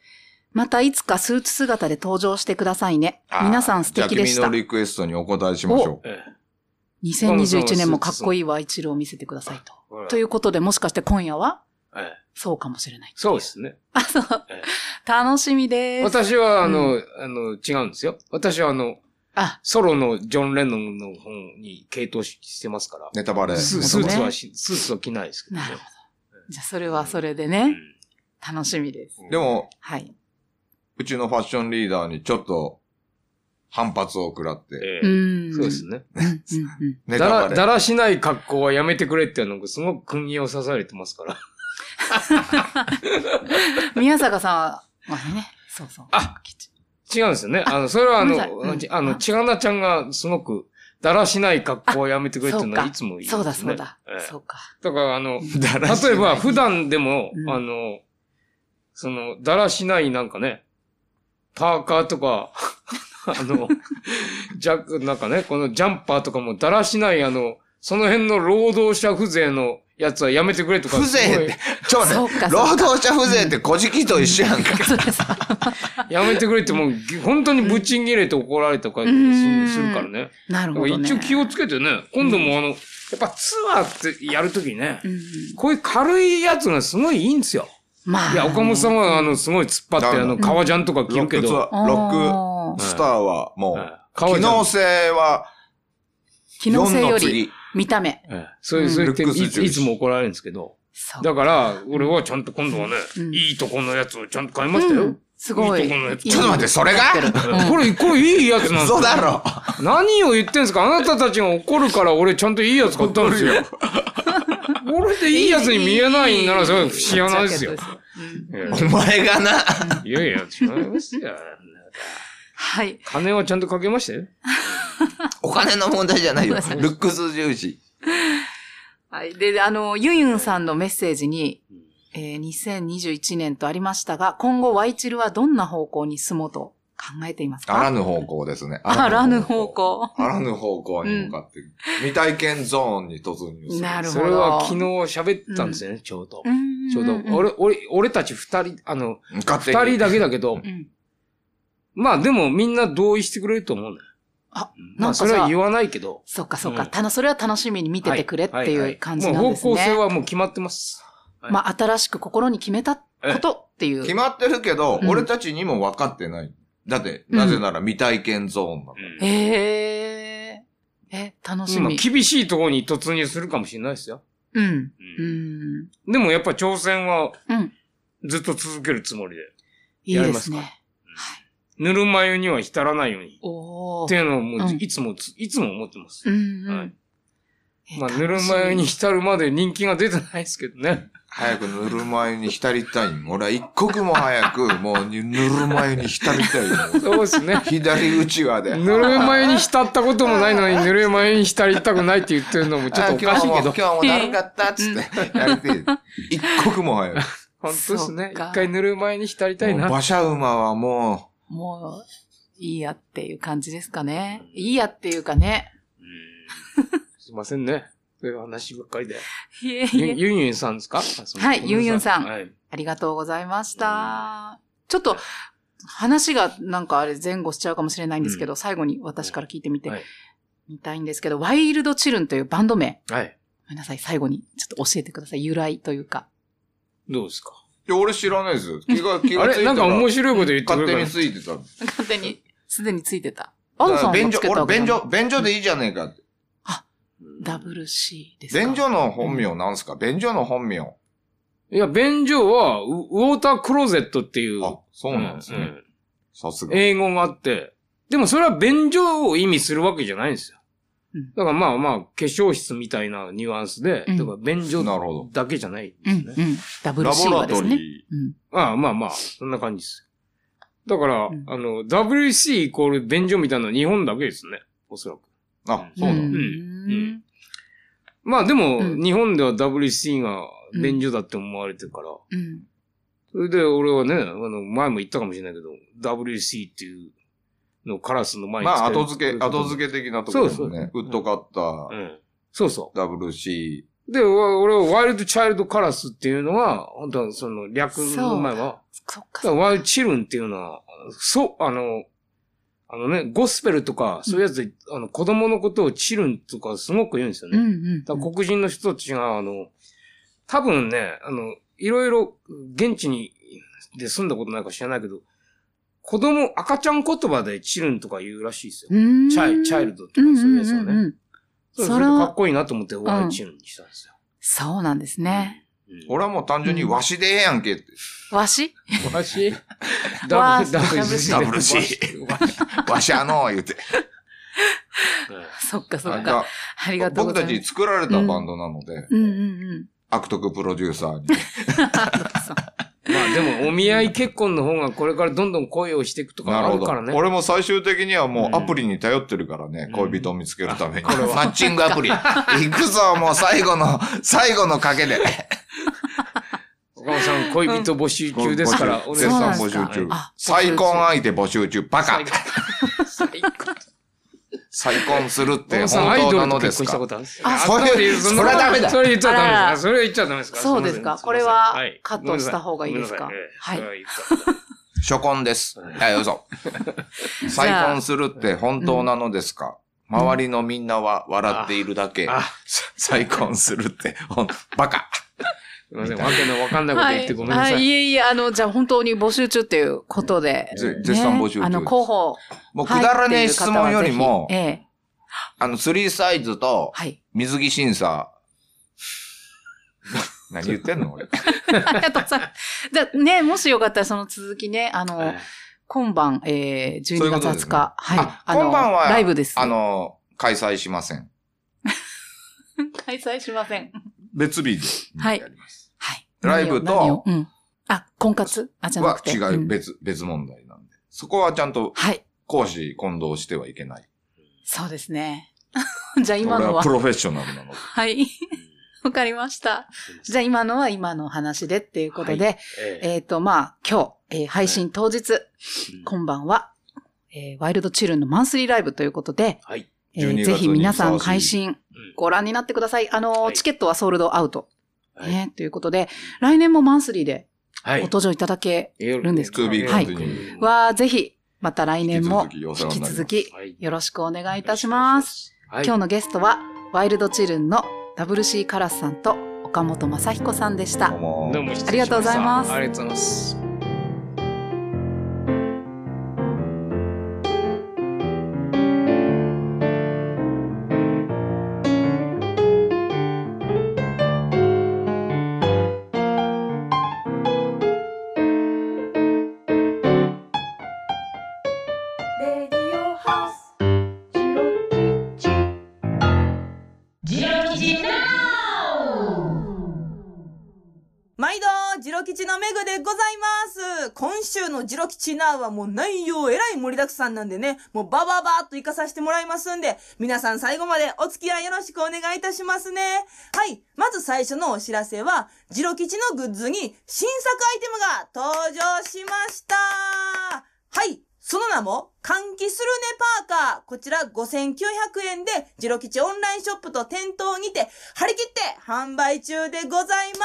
[SPEAKER 1] またいつかスーツ姿で登場してくださいね。
[SPEAKER 2] あー
[SPEAKER 1] 皆さん素敵でし
[SPEAKER 2] じゃあ、
[SPEAKER 1] た
[SPEAKER 2] 君の。リクエストにお答えしましょう。
[SPEAKER 3] え
[SPEAKER 1] 2021年もかっこいいワイチルを見せてくださいと。
[SPEAKER 3] え
[SPEAKER 1] ということで、もしかして今夜は
[SPEAKER 3] ええ
[SPEAKER 1] そうかもしれない。
[SPEAKER 3] そうですね。
[SPEAKER 1] あ、そう
[SPEAKER 3] え。
[SPEAKER 1] 楽しみです。
[SPEAKER 3] 私は、あの、あの、違うんですよ。私は、あの、
[SPEAKER 1] あ、
[SPEAKER 3] ソロのジョン・レノンの方に傾倒してますから、
[SPEAKER 2] ネタバレ。
[SPEAKER 1] そ
[SPEAKER 3] ス
[SPEAKER 1] う
[SPEAKER 3] ス
[SPEAKER 1] そう
[SPEAKER 3] ー
[SPEAKER 1] ね
[SPEAKER 3] ツはし、スーツは着ないですけどね
[SPEAKER 1] なるほじゃあそれはそれで
[SPEAKER 3] う
[SPEAKER 1] ね、
[SPEAKER 3] ん
[SPEAKER 1] 楽しみです。
[SPEAKER 2] でも、
[SPEAKER 1] はい。
[SPEAKER 2] うちのファッションリーダーにちょっと反発を食らって、
[SPEAKER 3] え
[SPEAKER 1] う
[SPEAKER 3] え
[SPEAKER 1] ん。
[SPEAKER 3] そうですね。
[SPEAKER 1] うん。うんうん
[SPEAKER 2] ネ
[SPEAKER 3] だ
[SPEAKER 2] タ
[SPEAKER 3] ら、
[SPEAKER 2] バレ
[SPEAKER 3] だ。らしない格好はやめてくれっていうのがすごく国を支えてますから。
[SPEAKER 1] 宮坂さんはね、そうそう。
[SPEAKER 3] あ違うんですよね。あの、それはあ
[SPEAKER 1] ごめんなさい
[SPEAKER 3] の、
[SPEAKER 1] うん
[SPEAKER 3] ちあの、ちがなちゃんがすごく、だらしない格好をやめてくれっていうの
[SPEAKER 1] あ
[SPEAKER 3] はいつも言います
[SPEAKER 1] そう
[SPEAKER 3] ね。
[SPEAKER 1] だそうだ
[SPEAKER 3] ええ。
[SPEAKER 1] そうか。
[SPEAKER 3] だから、あの、
[SPEAKER 2] だらしない
[SPEAKER 3] 例え
[SPEAKER 1] (laughs)
[SPEAKER 3] ば普段でも
[SPEAKER 1] う、ん
[SPEAKER 3] あの、その、だらしないなんかね、パーカーとか、 (laughs) あの、ジャック、なんかね、このジャンパーとかもだらしない、あの、その辺の労働者風情のやつはやめてくれとか。
[SPEAKER 2] 風情って
[SPEAKER 3] す
[SPEAKER 2] ちょっと
[SPEAKER 1] そう
[SPEAKER 2] ね
[SPEAKER 1] かそうか、
[SPEAKER 2] 労働者風情って小じきと一緒や
[SPEAKER 1] (laughs)
[SPEAKER 2] んか。
[SPEAKER 1] そうです。
[SPEAKER 3] ごいやめてくれってもう、本当にぶち切れて怒られたりとかす
[SPEAKER 1] うん
[SPEAKER 3] るするからね。
[SPEAKER 1] なる
[SPEAKER 3] だ
[SPEAKER 1] ほ
[SPEAKER 3] から
[SPEAKER 1] どね。
[SPEAKER 3] 一応気をつけてね、今度もあの、やっぱツアーってやるときね
[SPEAKER 1] う、んうん
[SPEAKER 3] こういう軽いやつがすごいいいんですよ。
[SPEAKER 1] まあ。
[SPEAKER 3] いや、岡本さんはあの、すごい突っ張って、
[SPEAKER 2] だ
[SPEAKER 3] あの、革ジャンとか着
[SPEAKER 2] ロッ
[SPEAKER 3] るけ
[SPEAKER 2] クツ
[SPEAKER 3] ど、
[SPEAKER 2] アー、ロ
[SPEAKER 1] お
[SPEAKER 2] ッ
[SPEAKER 1] ー
[SPEAKER 2] クスターはも
[SPEAKER 3] うん
[SPEAKER 2] う、
[SPEAKER 3] 革
[SPEAKER 2] 機
[SPEAKER 3] ジャン
[SPEAKER 2] 能性は
[SPEAKER 1] 機能性
[SPEAKER 2] 4
[SPEAKER 1] よ
[SPEAKER 2] の
[SPEAKER 1] り
[SPEAKER 2] 次。
[SPEAKER 1] 見た目。
[SPEAKER 3] ええそういう、そう言って
[SPEAKER 2] ルックス
[SPEAKER 3] いつ
[SPEAKER 2] 重視
[SPEAKER 3] いつも怒られるんですけど。
[SPEAKER 1] そう
[SPEAKER 3] だから、俺はちゃんと今度はね
[SPEAKER 1] う、ん
[SPEAKER 3] いいとこのやつをちゃんと買いました
[SPEAKER 1] う
[SPEAKER 3] よ
[SPEAKER 1] ん。すごい。
[SPEAKER 3] いいとこのやつ
[SPEAKER 1] いい
[SPEAKER 2] ちょっと待って、それが
[SPEAKER 3] これ、これいいやつなんです
[SPEAKER 2] 嘘
[SPEAKER 3] よ。
[SPEAKER 2] だろ
[SPEAKER 3] 何を言ってんすかあなたたちが怒るから俺ちゃんといいやつ買ったんですよ。俺でいいやつに見えないんならそれは不思議はないですよ
[SPEAKER 1] ジ。ャケットですようん
[SPEAKER 2] お前がな。
[SPEAKER 3] いやいや、違いますよ。
[SPEAKER 1] はい。
[SPEAKER 3] 金はちゃんとかけましたよ。
[SPEAKER 1] (laughs)
[SPEAKER 2] お金の問題じゃないよ。
[SPEAKER 1] そう
[SPEAKER 2] ル
[SPEAKER 1] そう
[SPEAKER 2] ックス重視。
[SPEAKER 1] はい。で、あの、ユンユンさんのメッセージに、
[SPEAKER 7] うん
[SPEAKER 1] えー2021年とありましたが、今後ワイチルはどんな方向に進もうと考えていますか
[SPEAKER 2] あらぬ方向ですね。
[SPEAKER 1] あらぬ方。向。
[SPEAKER 2] あらぬ方向に向かって、未体験ゾーンに突入する。
[SPEAKER 1] なるほど。
[SPEAKER 3] それは昨日喋ったんですよね、ちょうど。
[SPEAKER 1] うん、
[SPEAKER 3] ちょうど、俺、俺、俺たち二人、あの、
[SPEAKER 2] 勝手
[SPEAKER 3] 二人
[SPEAKER 2] に。
[SPEAKER 3] だけだけど、
[SPEAKER 1] うん。
[SPEAKER 3] まあでもみんな同意してくれると思うんだよ。
[SPEAKER 1] あ
[SPEAKER 3] うん、
[SPEAKER 1] なんか
[SPEAKER 3] まあ
[SPEAKER 1] さ
[SPEAKER 3] それは言わないけど。
[SPEAKER 1] そっかそっか、
[SPEAKER 3] うん
[SPEAKER 1] たのそれは楽しみに見ててくれって
[SPEAKER 3] はいはい
[SPEAKER 1] い
[SPEAKER 3] は
[SPEAKER 1] う感じなんですね。
[SPEAKER 3] もう方向性はもう決まってます。はい
[SPEAKER 1] まあ、新しく心に決めたことっていう。
[SPEAKER 2] 決まってるけど、
[SPEAKER 1] うん
[SPEAKER 2] 俺たちにも分かってない。だって、
[SPEAKER 1] うん
[SPEAKER 2] なぜなら未体験ゾーンだから。
[SPEAKER 1] えええ、楽し
[SPEAKER 3] 今
[SPEAKER 1] み。
[SPEAKER 3] 厳しいところに突入するかもしれないですよ。
[SPEAKER 1] うん。う
[SPEAKER 7] うん
[SPEAKER 1] ん。
[SPEAKER 3] でもやっぱ挑戦は
[SPEAKER 1] うん。
[SPEAKER 3] ずっと続けるつもりで。
[SPEAKER 1] いい
[SPEAKER 3] やり
[SPEAKER 1] で
[SPEAKER 3] ますすか
[SPEAKER 1] ね。
[SPEAKER 3] ぬるま湯には浸らないように。
[SPEAKER 1] おお。
[SPEAKER 3] っていうのをもう
[SPEAKER 1] うん
[SPEAKER 3] いつもつ、いつも思ってます
[SPEAKER 1] う。ん、うん。
[SPEAKER 3] はい
[SPEAKER 1] え
[SPEAKER 3] まあ、ぬるま湯に。浸るまで人気が出てないですけどね。
[SPEAKER 2] 早くぬるま湯に浸
[SPEAKER 8] 浸りたいん。俺は一刻も早
[SPEAKER 3] (laughs)
[SPEAKER 8] く、もうぬるま湯に浸りたいん。
[SPEAKER 3] そうですね。
[SPEAKER 8] 左うちわで。
[SPEAKER 3] ぬるま湯に浸ったこともないのに、ぬるま湯に浸りたくないって言ってるのもちょっとおかしいけど
[SPEAKER 8] あ。今日も今日もだるかったっつって、やれて、
[SPEAKER 2] (laughs)
[SPEAKER 8] 一刻も早く。
[SPEAKER 3] 本当ですね。
[SPEAKER 1] そっか
[SPEAKER 3] 一回ぬるま湯に浸りたい
[SPEAKER 8] もう
[SPEAKER 3] な。
[SPEAKER 8] 馬車馬はも
[SPEAKER 1] 楽しみもう、いいやっていう感じですかね。いいやっていうかね。
[SPEAKER 3] すいませんね。そういう話ばっかりで。
[SPEAKER 1] いえい
[SPEAKER 3] ゆ
[SPEAKER 1] え。
[SPEAKER 3] ゆんゆんさんですか
[SPEAKER 1] はいゆんゆんさん
[SPEAKER 3] はい。
[SPEAKER 1] ありがとうございました。ちょっと、話がなんかあれ前後しちゃうかもしれないんですけど、最後に私から聞いてみて
[SPEAKER 3] はい
[SPEAKER 1] みたいんですけど、ワイルドチルンというバンド名、
[SPEAKER 3] はい。
[SPEAKER 1] ごめんなさい、最後にちょっと教えてください。由来というか。
[SPEAKER 3] どうですか
[SPEAKER 2] いや、俺知らないですよ。気が、気
[SPEAKER 3] (laughs) あ
[SPEAKER 2] がつ
[SPEAKER 3] れ
[SPEAKER 2] いてた
[SPEAKER 3] なんから面白いこと言ってく
[SPEAKER 2] 勝
[SPEAKER 3] れ
[SPEAKER 2] 手
[SPEAKER 3] る
[SPEAKER 2] に
[SPEAKER 3] か
[SPEAKER 2] ついてた。
[SPEAKER 1] 勝手に、すでについてた。アド
[SPEAKER 2] だ
[SPEAKER 1] さ
[SPEAKER 2] から
[SPEAKER 1] んも
[SPEAKER 2] 便
[SPEAKER 1] つ
[SPEAKER 2] 所
[SPEAKER 1] け、たわ
[SPEAKER 2] 俺、
[SPEAKER 1] けじゃな
[SPEAKER 2] 便
[SPEAKER 1] い
[SPEAKER 2] 所、便所でいいじゃねえかって。
[SPEAKER 1] ダブル C ですか
[SPEAKER 2] 便所の本名なんすか便所の本名。
[SPEAKER 3] ら。いや、便所は、ウウォータークローゼットっていう。
[SPEAKER 2] あ、そうなんです
[SPEAKER 3] う
[SPEAKER 2] ね。
[SPEAKER 3] ん
[SPEAKER 2] さすが。
[SPEAKER 3] 英語があって。でもそれは便所を意味するわけじゃないんですよ
[SPEAKER 1] うん。
[SPEAKER 3] だからまあまあ、化粧室みたいなニュアンスで、
[SPEAKER 1] うん
[SPEAKER 3] だから便所
[SPEAKER 2] なるほど
[SPEAKER 3] だけじゃないん
[SPEAKER 1] う
[SPEAKER 3] です
[SPEAKER 1] ん
[SPEAKER 3] ね。
[SPEAKER 1] うん。ダブル
[SPEAKER 2] ラ
[SPEAKER 1] C
[SPEAKER 2] ボ
[SPEAKER 1] は
[SPEAKER 2] ラ
[SPEAKER 1] で
[SPEAKER 2] ト
[SPEAKER 1] すね。
[SPEAKER 2] リー。
[SPEAKER 1] うん。
[SPEAKER 3] ああ、まあまあ、そんな感じです。だから、
[SPEAKER 1] うん
[SPEAKER 3] あの、WC イコール便所みたいなのは日本だけですね。おそらく。
[SPEAKER 2] あ、そうなん
[SPEAKER 3] ん
[SPEAKER 2] だ。
[SPEAKER 3] んまあでも、
[SPEAKER 1] うん
[SPEAKER 3] 日本では WC が便所だって思われてるから。
[SPEAKER 1] うん。
[SPEAKER 3] それで俺はね、あの、前も言ったかもしれないけど、WC っていうのをカラスの前に
[SPEAKER 2] まあ、
[SPEAKER 3] つける
[SPEAKER 2] 後付け、後付け的なところです
[SPEAKER 3] そうそう
[SPEAKER 2] ね。ウッドカッ
[SPEAKER 3] う
[SPEAKER 2] ター、
[SPEAKER 3] ん。そうそ
[SPEAKER 2] WC。
[SPEAKER 3] う。で、わ俺はワイルドチャイルドカラスっていうのは、本当はその略の前は、
[SPEAKER 1] そっ
[SPEAKER 3] だ
[SPEAKER 1] か
[SPEAKER 3] か
[SPEAKER 1] そ
[SPEAKER 3] ら
[SPEAKER 1] っか。
[SPEAKER 3] ワイルドチルンっていうのは、そう、あの、あのね、ゴスペルとか、そういうやつで、あの、子供のことをチルンとかすごく言うんですよ
[SPEAKER 1] う
[SPEAKER 3] ね。
[SPEAKER 1] んうん。
[SPEAKER 3] だから黒人の人たちが、あの、多分ね、あの、いろいろ現地に、で住んだことないか知らないけど、子供、赤ちゃん言葉でチルンとか言うらしいですよ。
[SPEAKER 1] うん
[SPEAKER 3] チャイチャイルドとかそういうやつを
[SPEAKER 1] うんうんうん
[SPEAKER 3] ね。
[SPEAKER 1] うん
[SPEAKER 3] それ
[SPEAKER 1] そ
[SPEAKER 3] そ
[SPEAKER 1] れ
[SPEAKER 3] れ
[SPEAKER 1] は
[SPEAKER 3] かっこいいなと思って、ワイチルンにしたんですよ。
[SPEAKER 1] そうなんですね。
[SPEAKER 2] 俺はもう単純にわしでええやんけって。
[SPEAKER 1] わし
[SPEAKER 3] わし
[SPEAKER 1] わ
[SPEAKER 3] ダブ
[SPEAKER 1] し
[SPEAKER 3] ダブ
[SPEAKER 8] ダブル C わしゃの言うて。
[SPEAKER 1] そっかそ
[SPEAKER 2] な
[SPEAKER 1] っ
[SPEAKER 2] ん
[SPEAKER 1] か。
[SPEAKER 2] か、
[SPEAKER 1] ありがとうご
[SPEAKER 2] 僕
[SPEAKER 1] ざい
[SPEAKER 2] た
[SPEAKER 1] ます。
[SPEAKER 2] ち作られたバンドなので、
[SPEAKER 1] うんうん
[SPEAKER 2] (laughs)
[SPEAKER 1] うん。
[SPEAKER 2] 悪徳プロデューサーに。
[SPEAKER 3] まあでも、お見合い結婚の方がこれからどんどん恋をしていくとか
[SPEAKER 2] な
[SPEAKER 3] あ
[SPEAKER 2] る
[SPEAKER 3] る
[SPEAKER 2] ほ
[SPEAKER 3] からね。
[SPEAKER 2] ど。俺も最終的にはも
[SPEAKER 3] うん
[SPEAKER 2] うアプリに頼ってるからね、
[SPEAKER 3] ん
[SPEAKER 2] 恋人を見つけるために。
[SPEAKER 8] これはマッチングアプリ。行くぞ、もう最後の、最後の賭けで。
[SPEAKER 3] 岡本さん、恋人募集中ですから、
[SPEAKER 2] 募集
[SPEAKER 3] お
[SPEAKER 2] 絶
[SPEAKER 1] そうな
[SPEAKER 2] 賛
[SPEAKER 1] んで
[SPEAKER 2] 募
[SPEAKER 1] す
[SPEAKER 2] 集
[SPEAKER 1] か
[SPEAKER 2] 中
[SPEAKER 1] あ。
[SPEAKER 2] 再婚相手募集中。バカ。
[SPEAKER 3] 最高。
[SPEAKER 2] 再婚するっ
[SPEAKER 3] で、
[SPEAKER 2] て
[SPEAKER 3] さん、アイ
[SPEAKER 2] 本当
[SPEAKER 3] ド
[SPEAKER 2] な
[SPEAKER 3] ルと
[SPEAKER 2] ので
[SPEAKER 3] 結
[SPEAKER 2] す
[SPEAKER 3] 婚したこ
[SPEAKER 2] か
[SPEAKER 3] とあるんです
[SPEAKER 1] あ
[SPEAKER 2] それ
[SPEAKER 3] んな
[SPEAKER 2] それはダメだ
[SPEAKER 3] それ言っちゃダメ
[SPEAKER 1] あ
[SPEAKER 3] で
[SPEAKER 1] ら
[SPEAKER 3] すそれ言っちゃダメですから。
[SPEAKER 1] そうですか。
[SPEAKER 3] すいません
[SPEAKER 1] これは
[SPEAKER 3] すいません
[SPEAKER 1] カットした方がいいですか
[SPEAKER 3] ごめんな。
[SPEAKER 1] は
[SPEAKER 3] さ
[SPEAKER 1] い
[SPEAKER 3] ご。めんなさええそれは言っちゃダメ
[SPEAKER 2] 初婚です。あ、よ
[SPEAKER 3] (laughs)
[SPEAKER 2] そ。再婚するって本当なのですか周りのみんなは笑っているだけ
[SPEAKER 3] ああ。
[SPEAKER 2] 再婚するって、ほん、バカ。
[SPEAKER 3] すいません、わけのわかんないこと言ってごめんなさい。
[SPEAKER 1] はい、いえいえ、あの、じゃあ本当に募集中っていうことで。
[SPEAKER 2] ぜ
[SPEAKER 1] ね
[SPEAKER 2] 絶賛募集中です
[SPEAKER 1] あの、候補。
[SPEAKER 2] もうくだらね
[SPEAKER 1] はい
[SPEAKER 2] え質問よりも
[SPEAKER 1] って、いう
[SPEAKER 2] あの、スリーサイズ
[SPEAKER 1] 方
[SPEAKER 2] と
[SPEAKER 1] はぜひ
[SPEAKER 2] 水着審
[SPEAKER 3] (laughs)
[SPEAKER 2] 査。何言ってんの俺。
[SPEAKER 1] ええ。 (laughs) はい。ありがとうございます。じゃあね、もしよかったらその続きね、あの、今晩、えー、
[SPEAKER 2] そうい
[SPEAKER 1] 12
[SPEAKER 2] うこ
[SPEAKER 1] 月
[SPEAKER 2] と
[SPEAKER 1] 20
[SPEAKER 2] ですね
[SPEAKER 1] 日。はい。
[SPEAKER 2] あ
[SPEAKER 1] の
[SPEAKER 2] 今晩は
[SPEAKER 1] ライブです。
[SPEAKER 2] あの、開催しません。
[SPEAKER 1] (laughs) 開催しません。
[SPEAKER 2] 別日で。
[SPEAKER 1] はい
[SPEAKER 2] やります
[SPEAKER 1] はい。
[SPEAKER 2] ライブと
[SPEAKER 1] 何を何をうん。あ、婚活あ、じゃな
[SPEAKER 2] は
[SPEAKER 1] くて。
[SPEAKER 2] 違
[SPEAKER 1] ん
[SPEAKER 2] う、別、別問題なんで。そこはちゃんと
[SPEAKER 1] はい。
[SPEAKER 2] 講師混同してはいけない。
[SPEAKER 1] そうですね。じゃあ今 (laughs)
[SPEAKER 2] 俺
[SPEAKER 1] の
[SPEAKER 2] は
[SPEAKER 1] は
[SPEAKER 2] プ。ロフェッショナルなので。
[SPEAKER 1] はい。 (laughs) わかりました。じゃあ今のは今の話でっていうことで、
[SPEAKER 9] ええ
[SPEAKER 1] えっ、と、まあ、今日、えー配信当日、
[SPEAKER 9] うん
[SPEAKER 1] こんばんは、えーワイルドチルンのマンスリーライブということで、
[SPEAKER 9] はい。
[SPEAKER 1] えー
[SPEAKER 4] 12
[SPEAKER 1] ぜひ皆さん
[SPEAKER 4] 月に
[SPEAKER 1] 配信
[SPEAKER 9] うん
[SPEAKER 1] ご覧になってください。あのー
[SPEAKER 9] はい
[SPEAKER 1] チケットはソールドアウト。
[SPEAKER 9] はい
[SPEAKER 1] ね、ということで、来年もマンスリーで
[SPEAKER 9] は
[SPEAKER 1] ご
[SPEAKER 9] い。
[SPEAKER 1] 登場いただけるんですか、
[SPEAKER 4] 2B イベ
[SPEAKER 1] はい
[SPEAKER 4] ントに
[SPEAKER 1] は、ぜひ、また来年も
[SPEAKER 4] 引き続きお
[SPEAKER 1] 引
[SPEAKER 4] 世話にな
[SPEAKER 1] き
[SPEAKER 4] ります
[SPEAKER 1] 続き
[SPEAKER 9] はい
[SPEAKER 1] よろしくお願いいたします。。
[SPEAKER 9] はい。
[SPEAKER 1] 今日
[SPEAKER 9] 日
[SPEAKER 1] のゲストは、ワイルドチルンの WC カラスさんと岡本雅彦さんでした
[SPEAKER 4] どう。も
[SPEAKER 3] どうも失礼しました
[SPEAKER 1] ありがとうございます
[SPEAKER 3] ありがとうございます。
[SPEAKER 10] 毎度、ジロ吉のメグでございます。今週のジロ吉ナウはもう内容えらい盛りだくさんなんでね、もうバババーっと行かさせてもらいますんで、皆さん最後までお付き合いよろしくお願いいたしますね。はい、まず最初のお知らせは、ジロ吉のグッズに新作アイテムが登場しました。はい、その名も、換気するねパーカー。こちら5900円で、ジロ吉オンラインショップと店頭にて、張り切って販売中でございます。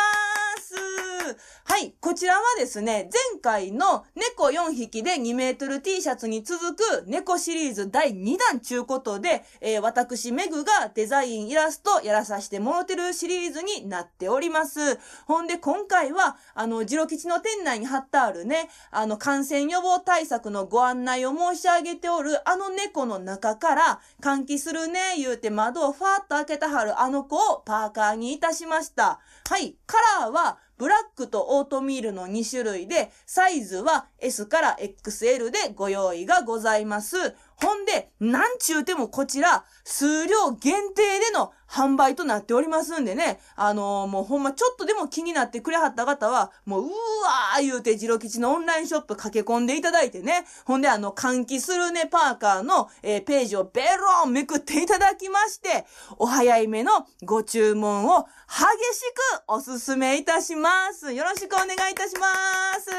[SPEAKER 10] はい、こちらはですね、前回の猫4匹で2メートル T シャツに続く猫シリーズ第2弾ちゅうことで、えー私メグがデザインイラストやらさせてもろてるシリーズになっております。ほんで今回は、あの、ジロ吉の店内に貼ってあるね、あの、感染予防対策のご案内を申し上げておるあの猫の中から、換気するね、言うて窓をファーッと開けたはるあの子をパーカーにいたしました。はい、カラーは、ブラックとオートミールの2種類で、サイズは S から XL でご用意がございます。ほんで、なんちゅうてもこちら、数量限定での販売となっておりますんでね、あのーもうほんまちょっとでも気になってくれはった方は、もううーわー言うて、ジロ吉のオンラインショップ駆け込んでいただいてね、ほんであの、換気するねパーカーの、えーページをベロンめくっていただきまして、お早いめのご注文を激しくお勧めいたします。よろしくお願いいたします。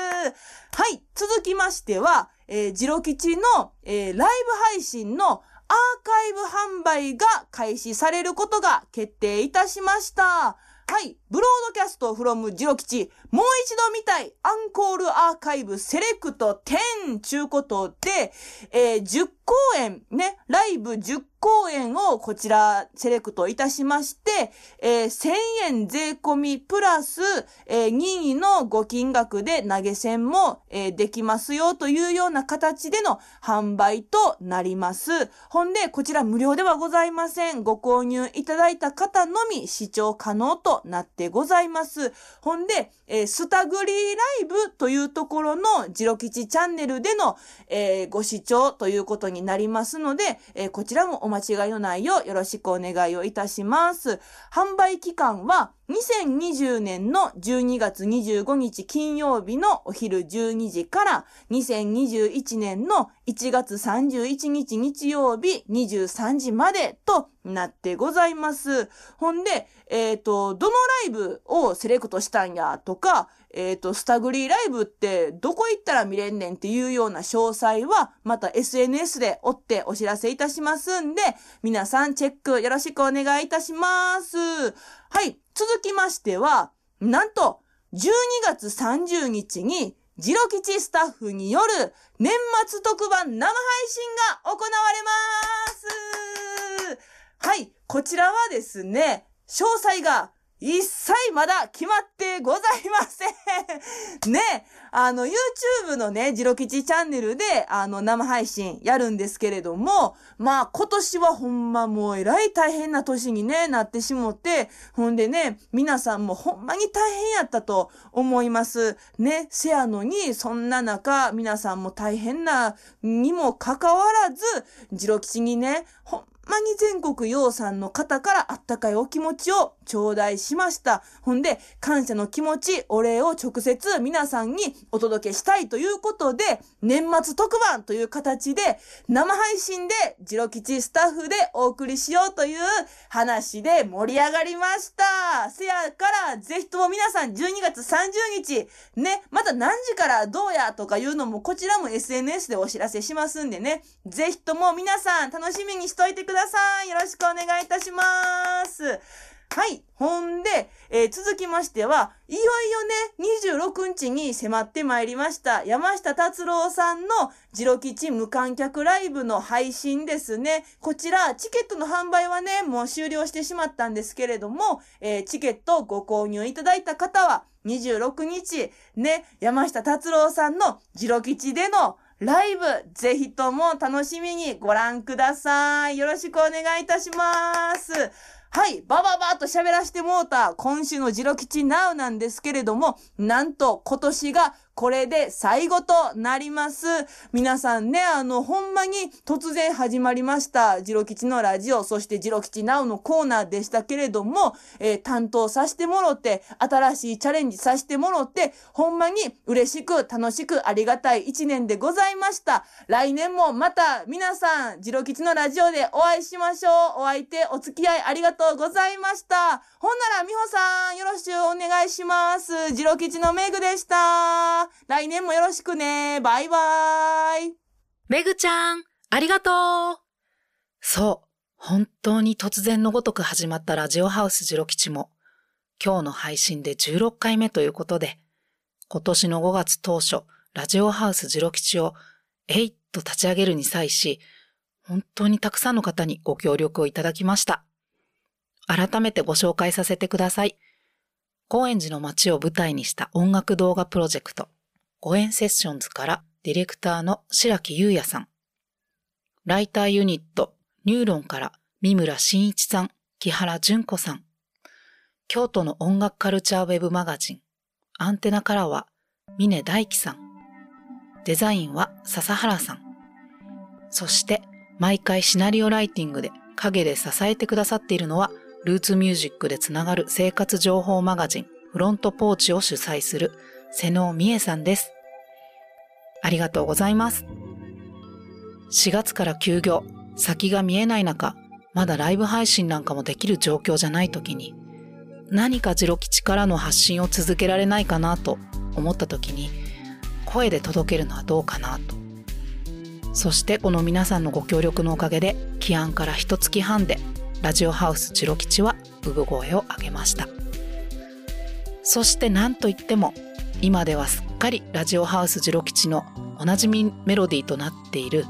[SPEAKER 10] はい、続きましては、えー、ジロ吉の、えーライブ配信のアーカイブ販売が開始されることが決定いたしました。はい。ブロードキャストフロムジロ吉。もう一度見たいアンコールアーカイブセレクト10ちゅうことで、えー10公演ね、ライブ10公演をこちらセレクトいたしまして、えー1000円税込みプラス、えー任意のご金額で投げ銭も、えーできますよというような形での販売となります。ほんで、こちら無料ではございません。ご購入いただいた方のみ視聴可能となってございます。ほんで、えースタグリーライブというところのジロ吉チャンネルでの、えーご視聴ということになりますので、えーこちらもお間違いのないようよろしくお願いをいたします。販売期間は2020年の12月25日金曜日のお昼12時から2021年の1月31日日曜日23時までとなってございます。ほんで、えっ、と、どのライブをセレクトしたんやとか、えっ、と、スタグリーライブってどこ行ったら見れんねんっていうような詳細は、また SNS で追ってお知らせいたしますんで、皆さんチェックよろしくお願いいたします。はい、続きましては、なんと、12月30日に、ジロ吉スタッフによる年末特番生配信が行われますはい、こちらはですね、詳細が一切まだ決まってございません。 (laughs) ね、あの、YouTube のね、ジロ吉チャンネルで、あの、生配信やるんですけれども、まあ、今年はほんまもうえらい大変な年にね、なってしもって、ほんでね、皆さんもほんまに大変やったと思います。ね、せやのに、そんな中、皆さんも大変な、にもかかわらず、ジロ吉にね、ほんまに全国洋さんの方からあったかいお気持ちを頂戴しました。ほんで、感謝の気持ち、お礼を直接皆さんにお届けしたいということで、年末特番という形で、生配信で、ジロ吉スタッフでお送りしようという話で盛り上がりました。せやから、ぜひとも皆さん12月30日、ね、また何時からどうやとかいうのも、こちらも SNS でお知らせしますんでね、ぜひとも皆さん楽しみにしといてください。よろしくお願いいたします。はい。ほんで、えー続きましては、いよいよね、26日に迫ってまいりました、山下達郎さんのジロ吉無観客ライブの配信ですね。こちら、チケットの販売はね、もう終了してしまったんですけれども、えーチケットをご購入いただいた方は、26日、ね、山下達郎さんのジロ吉でのライブ、ぜひとも楽しみにご覧ください。よろしくお願いいたします。はい、バババーっと喋らしてもうた、今週のジロ吉ナウなんですけれども、なんと今年がこれで最後となります。皆さんね、あの、ほんまに突然始まりました、ジロ吉のラジオ、そしてジロ吉ナウのコーナーでしたけれども、えー担当させてもろって、新しいチャレンジさせてもろって、ほんまに嬉しく楽しくありがたい一年でございました。来年もまた皆さん、ジロ吉のラジオでお会いしましょう。お相手、お付き合いありがとうございました。ほんなら、美穂さん、よろしくお願いします。ジロ吉のメグでした。来年もよろしくね。バイバイ。
[SPEAKER 1] めぐちゃん、ありがとうそう、本当に突然のごとく始まったラジオハウスジロ吉も、今日の配信で16回目ということで、今年の5月当初、ラジオハウスジロ吉を、えいっと立ち上げるに際し、本当にたくさんの方にご協力をいただきました。改めてご紹介させてください。高円寺の街を舞台にした音楽動画プロジェクト、ご縁セッションズからディレクターの白木優也さん。ライターユニット、ニューロンから三村真一さん、木原純子さん。京都の音楽カルチャーウェブマガジン、アンテナからは峰大樹さん。デザインは笹原さん。そして、毎回シナリオライティングで陰で支えてくださっているのは、ルーツミュージックでつながる生活情報マガジン、フロントポーチを主催する瀬能美恵さんです。ありがとうございます。4月から休業、先が見えない中、まだライブ配信なんかもできる状況じゃない時に、何かジロ吉からの発信を続けられないかなと思った時に、声で届けるのはどうかなと。そしてこの皆さんのご協力のおかげで、起案から一月半で、ラジオハウスジロ吉は産声を上げました。そして何といっても、今ではすっかりラジオハウスジロ吉のおなじみメロディーとなっている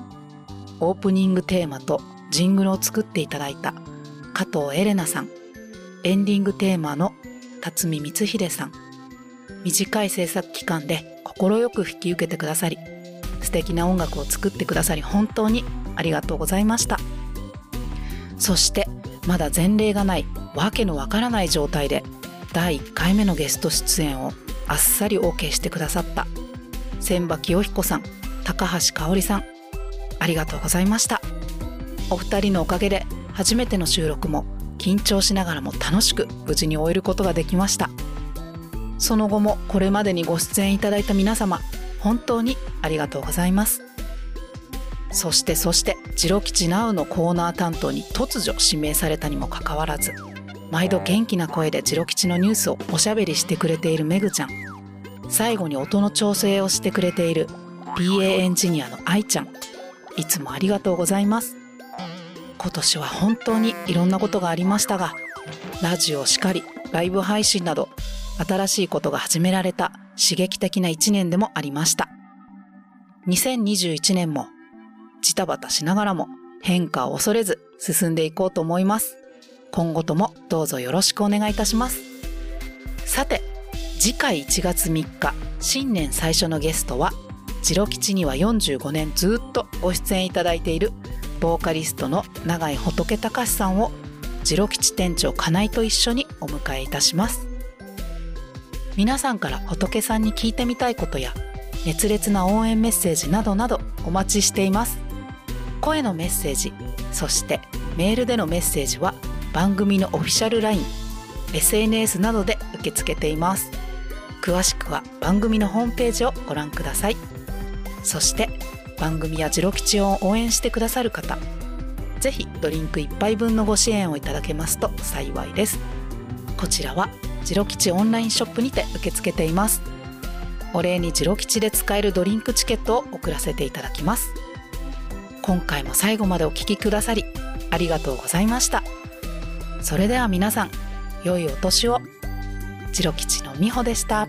[SPEAKER 1] オープニングテーマとジングルを作っていただいた加藤エレナさんエンディングテーマの辰巳光秀さん短い制作期間で快く引き受けてくださり素敵な音楽を作ってくださり本当にありがとうございましたそしてまだ前例がないわけのわからない状態で第1回目のゲスト出演をあっさり OK してくださった千葉清彦さん高橋香織さんありがとうございましたお二人のおかげで初めての収録も緊張しながらも楽しく無事に終えることができましたその後もこれまでにご出演いただいた皆様本当にありがとうございますそしてそして「ジロ吉ナウのコーナー担当に突如指名されたにもかかわらず毎度元気な声でジロ吉のニュースをおしゃべりしてくれているめぐちゃん最後に音の調整をしてくれている PA エンジニアの愛ちゃんいつもありがとうございます。今年は本当にいろんなことがありましたが、ラジオしかり、ライブ配信など、新しいことが始められた刺激的な一年でもありました。2021年も、ジタバタしながらも変化を恐れず進んでいこうと思います。今後ともどうぞよろしくお願いいたします。さて、次回1月3日、新年最初のゲストは、ジロ吉には45年ずっとご出演いただいているボーカリストの永井仏隆さんをジロ吉店長金井と一緒にお迎えいたします皆さんから仏さんに聞いてみたいことや熱烈な応援メッセージなどなどお待ちしています声のメッセージそしてメールでのメッセージは番組のオフィシャル LINE SNS などで受け付けています詳しくは番組のホームページをご覧くださいそして番組やジロ吉を応援してくださる方ぜひドリンク1杯分のご支援をいただけますと幸いですこちらはジロ吉オンラインショップにて受け付けていますお礼にジロ吉で使えるドリンクチケットを送らせていただきます今回も最後までお聞きくださりありがとうございましたそれでは皆さん良いお年をジロ吉のみほでした。